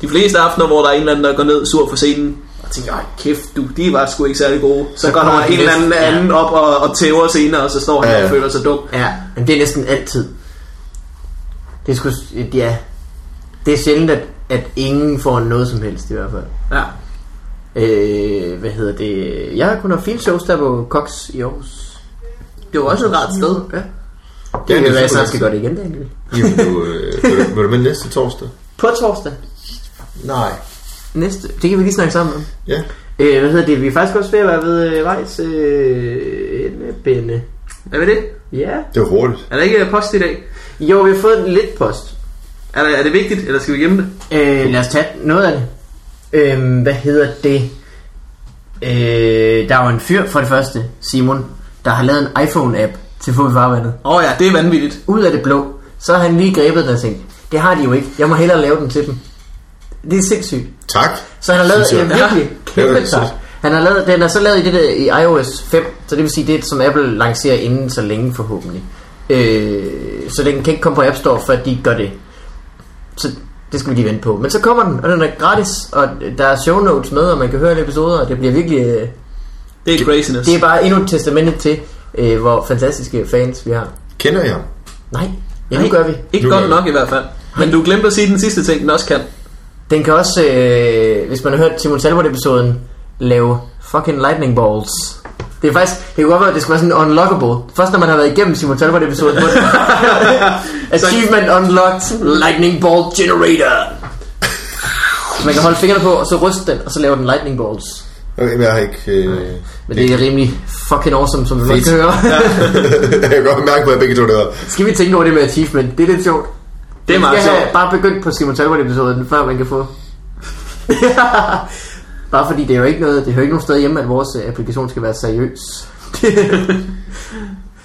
Speaker 1: De fleste aftener, hvor der er en eller anden, der går ned sur for scenen, og tænker, ej kæft du, de var sgu ikke særlig gode. Så,
Speaker 2: Så
Speaker 1: går der
Speaker 2: kommer de
Speaker 1: en eller anden,
Speaker 2: næste, ja.
Speaker 1: anden op og, og tæver senere, og så står han
Speaker 3: Ja,
Speaker 1: og
Speaker 3: ja.
Speaker 1: føler sig dum.
Speaker 2: Ja, men det er næsten altid. Det er sgu, ja. Det er sjældent, at, at ingen får noget som helst i hvert fald.
Speaker 1: Ja.
Speaker 2: Øh, hvad hedder det? Jeg har kun haft fine shows der på Cox i Aarhus. Det var også et rart sted. Ja. Det
Speaker 3: det
Speaker 2: kan
Speaker 3: er
Speaker 2: være, jeg
Speaker 3: super
Speaker 2: snart skal
Speaker 3: godt.
Speaker 2: gøre det igen, Daniel.
Speaker 3: Jamen, du, øh, vil, du- vil du med næste torsdag?
Speaker 2: På torsdag.
Speaker 3: Nej.
Speaker 2: Næste. Det kan vi lige snakke sammen om.
Speaker 3: Ja.
Speaker 2: Øh, hvad hedder det? Vi er faktisk også ved at være ved øh, vejs øh, endebinde.
Speaker 1: Er vi det?
Speaker 2: Ja.
Speaker 3: Det var hurtigt.
Speaker 1: Er der ikke post i dag?
Speaker 2: Jo, vi har fået lidt post.
Speaker 1: Er, der, er det vigtigt, eller skal vi gemme det?
Speaker 2: Øh, lad os tage noget af det. Øh, hvad hedder det? Øh, der er jo en fyr for det første, Simon, der har lavet en iPhone-app til Fod i Farvandet.
Speaker 1: Åh oh, ja, det er vanvittigt.
Speaker 2: Ud af det blå, så har han lige grebet den og tænkt, det har de jo ikke, jeg må hellere lave den til dem. Det er sindssygt.
Speaker 3: Tak.
Speaker 2: Så han har lavet
Speaker 3: Synes
Speaker 2: en
Speaker 3: jeg.
Speaker 2: virkelig
Speaker 3: Det er
Speaker 2: kæmpe
Speaker 3: det,
Speaker 2: tak.
Speaker 3: synes.
Speaker 2: Han har lavet, den er så lavet i det der i iOS 5, så det vil sige, det er, som Apple lancerer inden så længe forhåbentlig. Øh, så den kan ikke komme på App Store, før de gør det. Så det skal vi lige vente på. Men så kommer den, og den er gratis, og der er show notes med, og man kan høre alle episoder, og det bliver virkelig... Øh,
Speaker 1: Det er craziness.
Speaker 2: det er bare endnu et testament til, øh, hvor fantastiske fans vi har.
Speaker 3: Kender jeg ham?
Speaker 2: Nej, ja, nu gør vi.
Speaker 1: Ikke
Speaker 3: Nu
Speaker 1: godt
Speaker 3: gør vi.
Speaker 1: nok i hvert fald. Men du glemte at sige den sidste ting, den også kan.
Speaker 2: Den kan også, øh, hvis man har hørt Simon Salvort-episoden, lave fucking lightning balls. Det er faktisk, det kan godt være, at det skal være sådan unlockable. Først når man har været igennem Simon Salvort-episoden. på den. Achievement unlocked, lightning ball generator. Så man kan holde fingrene på, og så ryste den, og så laver den lightning balls.
Speaker 3: Okay, men jeg har ikke... Øh,
Speaker 2: Men det er rimelig fucking awesome, som man
Speaker 3: Fedt.
Speaker 2: kan høre.
Speaker 3: jeg kan godt mærke, hvor jeg begge to det var.
Speaker 2: Skal vi tænke over det med achievement? Det er lidt sjovt.
Speaker 1: Det er
Speaker 2: Man
Speaker 1: meget
Speaker 2: skal have
Speaker 1: sjovt.
Speaker 2: bare begyndt på Simon Talbot-episoden, før man kan få... bare fordi det er jo ikke noget, det hører ikke nogen sted hjemme, at vores øh, applikation skal være seriøs.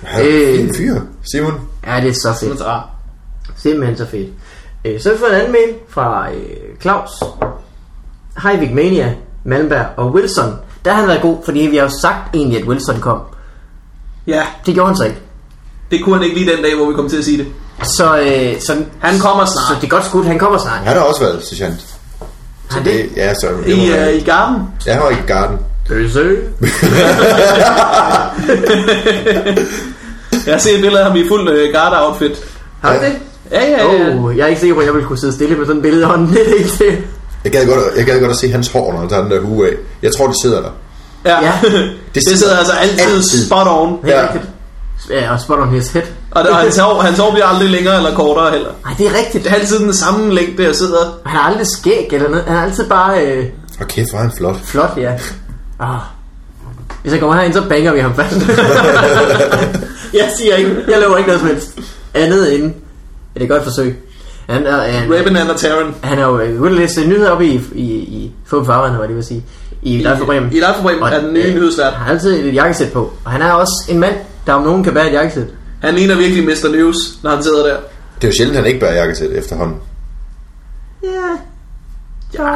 Speaker 3: Han er en fin fyr, Simon.
Speaker 2: ja, det er så fedt. Simpelthen så fedt. Øh, så har vi fået en anden mail fra øh, Claus. Hej Vigmania, Malmberg og Wilson. Der har han været god, fordi vi har jo sagt egentlig, at Wilson kom.
Speaker 1: Ja,
Speaker 2: Det gjorde han så ikke.
Speaker 1: det kunne han ikke lige den dag, hvor vi kom til at sige det.
Speaker 2: Så, øh, så
Speaker 1: Han kommer snart.
Speaker 2: Så det er godt skudt, han kommer snart.
Speaker 3: Han har også været sergeant.
Speaker 2: Han det?
Speaker 3: Det, ja, så det
Speaker 1: I,
Speaker 3: må være-
Speaker 1: øh, i garden.
Speaker 3: Jeg var i garden.
Speaker 1: Jeg har set et billede af ham i fuld øh, garda-outfit.
Speaker 2: Har du det?
Speaker 1: Ja, ja, ja. Oh.
Speaker 2: Oh, jeg er ikke sikker på, at jeg ville kunne sidde stille med sådan et billede i hånden. Det er ikke det.
Speaker 3: Jeg gad, godt, jeg gad godt at se hans hår, når han tager den der hue af. Jeg tror, det sidder der.
Speaker 1: Ja.
Speaker 2: Ja.
Speaker 1: Det, det sidder altså altid,
Speaker 3: altid.
Speaker 1: spot on.
Speaker 3: Ja.
Speaker 2: rigtigt. Ja, og spot on his head.
Speaker 1: Og, og hans, hår, hans hår bliver aldrig længere eller kortere heller.
Speaker 2: Nej, det er rigtigt.
Speaker 1: Det er altid den samme længde, der sidder.
Speaker 2: Han har aldrig skæg eller noget. Han er altid bare øh,
Speaker 3: Og kæft, hvor er han flot.
Speaker 2: flot, ja. Ah. Hvis jeg kommer herind, så banger vi ham fast. jeg siger ikke, jeg laver ikke noget som helst. Andet end, ja, det er godt forsøg. Han er, han,
Speaker 1: Raven og Taron.
Speaker 2: han er jo, jeg kunne læse nyheder op i, i, i Fum Farverne, var det vil sige. I Leif for Bremen.
Speaker 1: I Leif for Bremen er den nye
Speaker 2: øh,
Speaker 1: nyhedsvært.
Speaker 2: Han har altid et jakkesæt på. Og han er også en mand, der om nogen kan bære et jakkesæt.
Speaker 1: Han ligner virkelig Mr. News, når han sidder der.
Speaker 3: Det er jo sjældent, han ikke bærer jakkesæt efterhånden.
Speaker 2: Ja. Ja.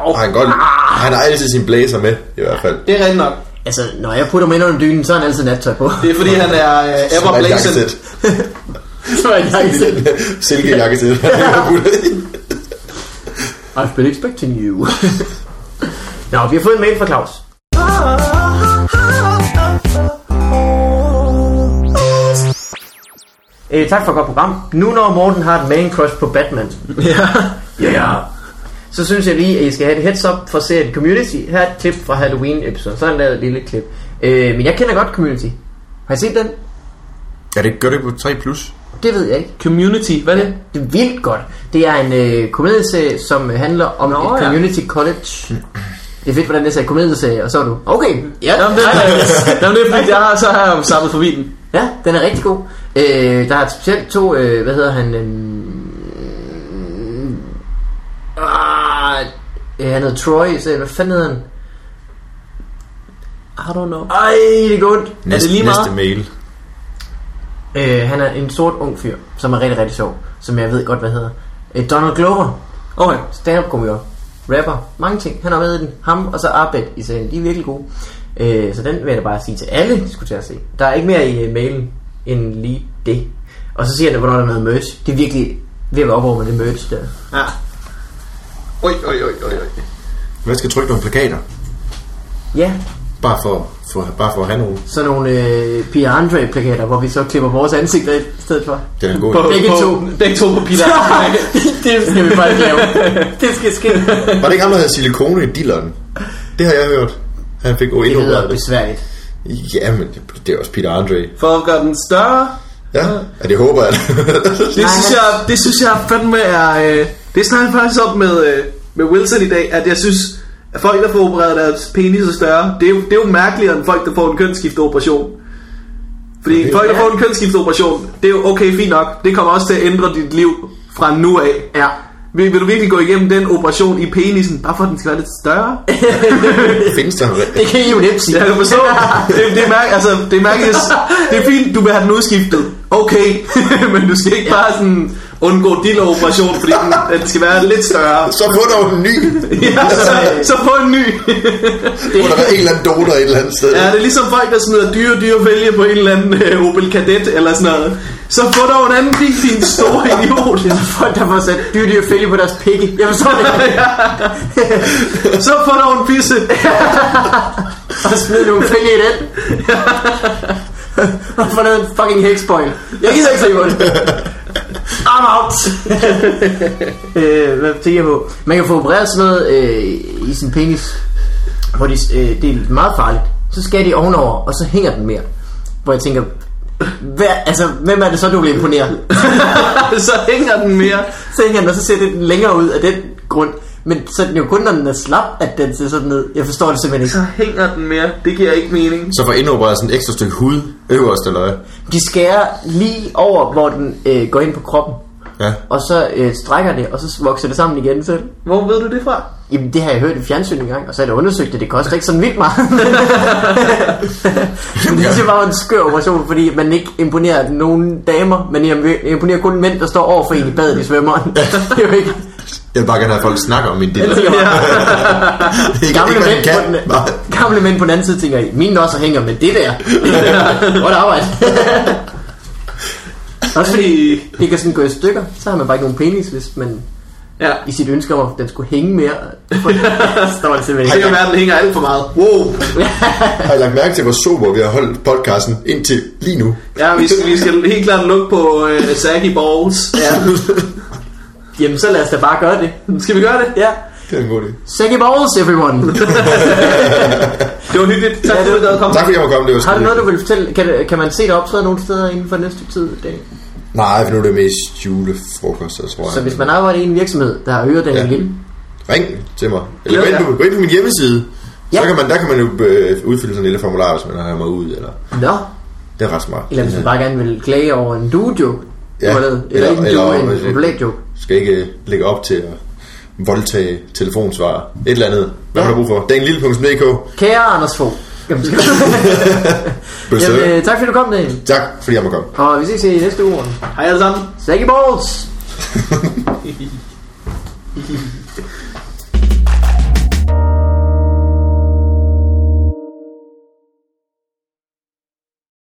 Speaker 3: Og han, godt, han har altid sin blazer med, i hvert fald.
Speaker 1: Det er rigtigt nok.
Speaker 2: Altså, når jeg putter mig ind under dynen, så er han altid nattøj på.
Speaker 1: Det er fordi, han er øh, ever
Speaker 3: Som er et
Speaker 1: blazing.
Speaker 3: jakkesæt. øh,
Speaker 2: så er jeg ikke selv.
Speaker 3: Silke jakkesæt.
Speaker 2: I've been expecting you. Nå, vi har fået en mail fra Claus. Øh, tak for et godt program. Nu når Morten har et man crush på Batman,
Speaker 1: Ja.
Speaker 2: ja, ja. så synes jeg lige, at I skal have et heads up fra serien Community. Her er et klip fra Halloween-episoden. Så har han lavet et lille klip. Øh, men jeg kender godt Community. Har I set den?
Speaker 3: Ja, det gør det på 3+. Plus.
Speaker 2: Det ved jeg ikke.
Speaker 1: Community, hvad er det?
Speaker 2: Ja, det er vildt godt. Det er en øh, komedieserie, som handler om Nå, et
Speaker 1: ja.
Speaker 2: community ja. college. Det er fedt, hvordan jeg sagde komedieserie, og så er du... Okay, ja,
Speaker 1: Jamen, det er, jamen, det er fordi, jeg har, så har jeg samlet forbi den.
Speaker 2: ja den er rigtig god. Øh, der er specielt to, øh, hvad hedder han... Øh, ah, øh, han hedder Troy, så hvad fanden hedder han?
Speaker 1: I don't know.
Speaker 2: Ej, det går ondt.
Speaker 1: Er det lige meget?
Speaker 3: Næste mail.
Speaker 2: Øh, han er en sort ung fyr, som er rigtig, rigtig sjov, som jeg ved godt, hvad hedder. Øh, Donald Glover,
Speaker 1: Okay.
Speaker 2: stand-up komiker, rapper, mange ting. Han har med i den. Ham og så Abed i serien, de er virkelig gode. Øh, så den vil jeg da bare sige til alle, de skulle til at se. Der er ikke mere i øh, mailen end lige det. Og så siger han, hvornår der er noget merch. Det er virkelig ved at være oppe over med det merch der.
Speaker 1: Ja.
Speaker 3: Oj, oj, oj, oj, oj. Hvad skal trykke nogle plakater?
Speaker 2: Ja,
Speaker 3: Bare for, for, bare for at have nogle.
Speaker 2: sådan nogle øh, Pia Andre plakater, hvor vi så klipper vores ansigter ind i stedet for.
Speaker 3: Den er god.
Speaker 2: Begge
Speaker 1: på,
Speaker 2: to.
Speaker 1: Begge to på Peter.
Speaker 2: det skal vi bare ikke lave. Det skal ske.
Speaker 3: Var det ikke ham, der havde silikone i dilleren? Det har jeg hørt. Han fik jo
Speaker 2: Det
Speaker 3: endnu
Speaker 2: lyder besværligt.
Speaker 3: Ja, men det- det er også Peter Andre.
Speaker 1: For at gøre den større.
Speaker 3: Ja, ja det håber jeg.
Speaker 1: Det
Speaker 2: Nej,
Speaker 1: synes
Speaker 2: nej.
Speaker 1: jeg, det synes jeg fandme er... Øh, det snakker jeg faktisk op med, øh, med Wilson i dag, at jeg synes, at folk, der får opereret deres penis er større, det er, jo, det er jo mærkeligere end folk, der får en kønsskifteoperation. Fordi
Speaker 3: det-
Speaker 1: folk, der
Speaker 2: ja.
Speaker 1: får en kønsskifteoperation, det er jo okay, fint nok. Det kommer også til at ændre dit liv fra nu af.
Speaker 2: Ja.
Speaker 1: Vil, vil du virkelig gå igennem den operation i penisen, bare for at den skal være lidt større?
Speaker 3: Findes der en
Speaker 2: Det kan I jo nemt sige.
Speaker 1: Jeg kan du forstå. Det, det, er mærke, altså, det, er mærke, det er fint, du vil have den udskiftet. Okay, men du skal ikke bare sådan undgå din operation, fordi den, den skal være lidt større.
Speaker 3: Så få dog en ny.
Speaker 1: Ja, så, så få en ny.
Speaker 3: Må der være en eller anden donor et eller andet sted.
Speaker 1: Ja, det er ligesom folk, der smider dyre, dyre vælge på en eller anden øh, Opel Kadett eller sådan noget. Så få dog en anden bil, din store idiot.
Speaker 2: Folk, der får sat dyrt fælge på deres pikke. Jeg forstår det.
Speaker 1: Så få dog en pisse.
Speaker 2: Og smid nogle fælge i den. Og få lavet en fucking hexpoil. Jeg gider ikke se på det. I'm out. øh, hvad tænker jeg på? Man kan få opereret sådan noget øh, i sin penis, hvor de, øh, det er meget farligt. Så skal de ovenover, og så hænger den mere. Hvor jeg tænker, hvad, altså, hvem er det så, du vil imponere?
Speaker 1: Så hænger den mere.
Speaker 2: Så hænger den, og så ser det længere ud af den grund. Men så er den jo kun, når den er slap, at den ser sådan ned. Jeg forstår det simpelthen
Speaker 1: Så
Speaker 2: ikke.
Speaker 1: hænger den mere. Det giver ikke mening.
Speaker 3: Så får indopereret sådan et ekstra stykke hud øverst, eller hvad?
Speaker 2: De skærer lige over, hvor den øh, går ind på kroppen.
Speaker 3: Ja.
Speaker 2: Og så øh, strækker det, og så vokser det sammen igen selv.
Speaker 1: Hvor ved du det fra?
Speaker 2: Jamen, det har jeg hørt i fjernsyn engang, og så er det undersøgt, at det koster ikke sådan vildt meget. Men det er bare en skør operation, fordi man ikke imponerer nogen damer, men imponerer kun mænd, der står over for en i badet i svømmeren. det er jo ikke...
Speaker 3: Jeg vil bare gerne have at folk snakker om min diller. Det er ikke,
Speaker 2: Gamle
Speaker 3: ikke, hvad
Speaker 2: mænd,
Speaker 3: den
Speaker 2: på
Speaker 3: kan.
Speaker 2: den,
Speaker 3: Bare-
Speaker 2: gamle mænd på den anden side tænker, I, mine også hænger med det der. Godt arbejde. også fordi det kan sådan gå i stykker, så har man bare ikke nogen penis, hvis man
Speaker 1: Ja.
Speaker 2: i sit ønske om, at den skulle hænge mere. så står det simpelthen
Speaker 1: Det
Speaker 2: ikke.
Speaker 1: kan være, den hænger alt for meget. Wow.
Speaker 3: Har I lagt mærke til, hvor sober vi har holdt podcasten indtil lige nu?
Speaker 1: Ja, vi skal, vi skal helt klart lukke på øh, Saggy Balls. Ja.
Speaker 2: Jamen, så lad os da bare gøre det.
Speaker 1: Skal vi gøre det?
Speaker 2: Ja.
Speaker 3: Det er en god idé.
Speaker 2: Saggy balls, everyone.
Speaker 1: Det var hyggeligt. Tak
Speaker 2: Ja,
Speaker 1: fordi
Speaker 2: det-
Speaker 1: du gad at komme.
Speaker 3: Tak fordi jeg måtte komme, det var
Speaker 2: Har du
Speaker 3: sgu-
Speaker 2: noget, du vil fortælle? Kan, kan man se dig optræde nogle steder inden for næste tid? Daniel?
Speaker 3: Nej, for nu er det mest julefrokoster, tror jeg.
Speaker 2: Så hvis man arbejder i en virksomhed, der har Daniel
Speaker 3: Ja.
Speaker 2: ja. Lille,
Speaker 3: Ring til mig. Eller
Speaker 1: Ja,
Speaker 3: gå ind
Speaker 1: ja.
Speaker 3: på, gå ind på min hjemmeside. Ja. Så
Speaker 2: Ja.
Speaker 3: kan man, der kan man jo øh, udfylde sådan en lille formular, hvis man har mig ud. Eller.
Speaker 2: Nå,
Speaker 3: Det er ret smart.
Speaker 2: eller hvis man
Speaker 3: Ja.
Speaker 2: bare gerne vil klage over en duo-joke,
Speaker 3: Ja,
Speaker 2: ja. eller,
Speaker 3: eller-
Speaker 2: eller, ikke en
Speaker 3: eller-
Speaker 2: duo,
Speaker 3: hvis-
Speaker 2: en problemjoke.
Speaker 3: skal ikke øh, lægge op til at voldtage telefonsvar. Et eller andet. Hvad har
Speaker 2: Ja.
Speaker 3: du brug for? Danielille.dk
Speaker 2: Kære Anders Fogh. Jamen, skal- Jamen,
Speaker 3: Jamen,
Speaker 2: øh, tak fordi du kom, Daniel.
Speaker 3: Tak, fordi jeg må komme.
Speaker 2: Og vi ses i næste uge.
Speaker 1: Hej alle sammen.
Speaker 2: Saggy balls!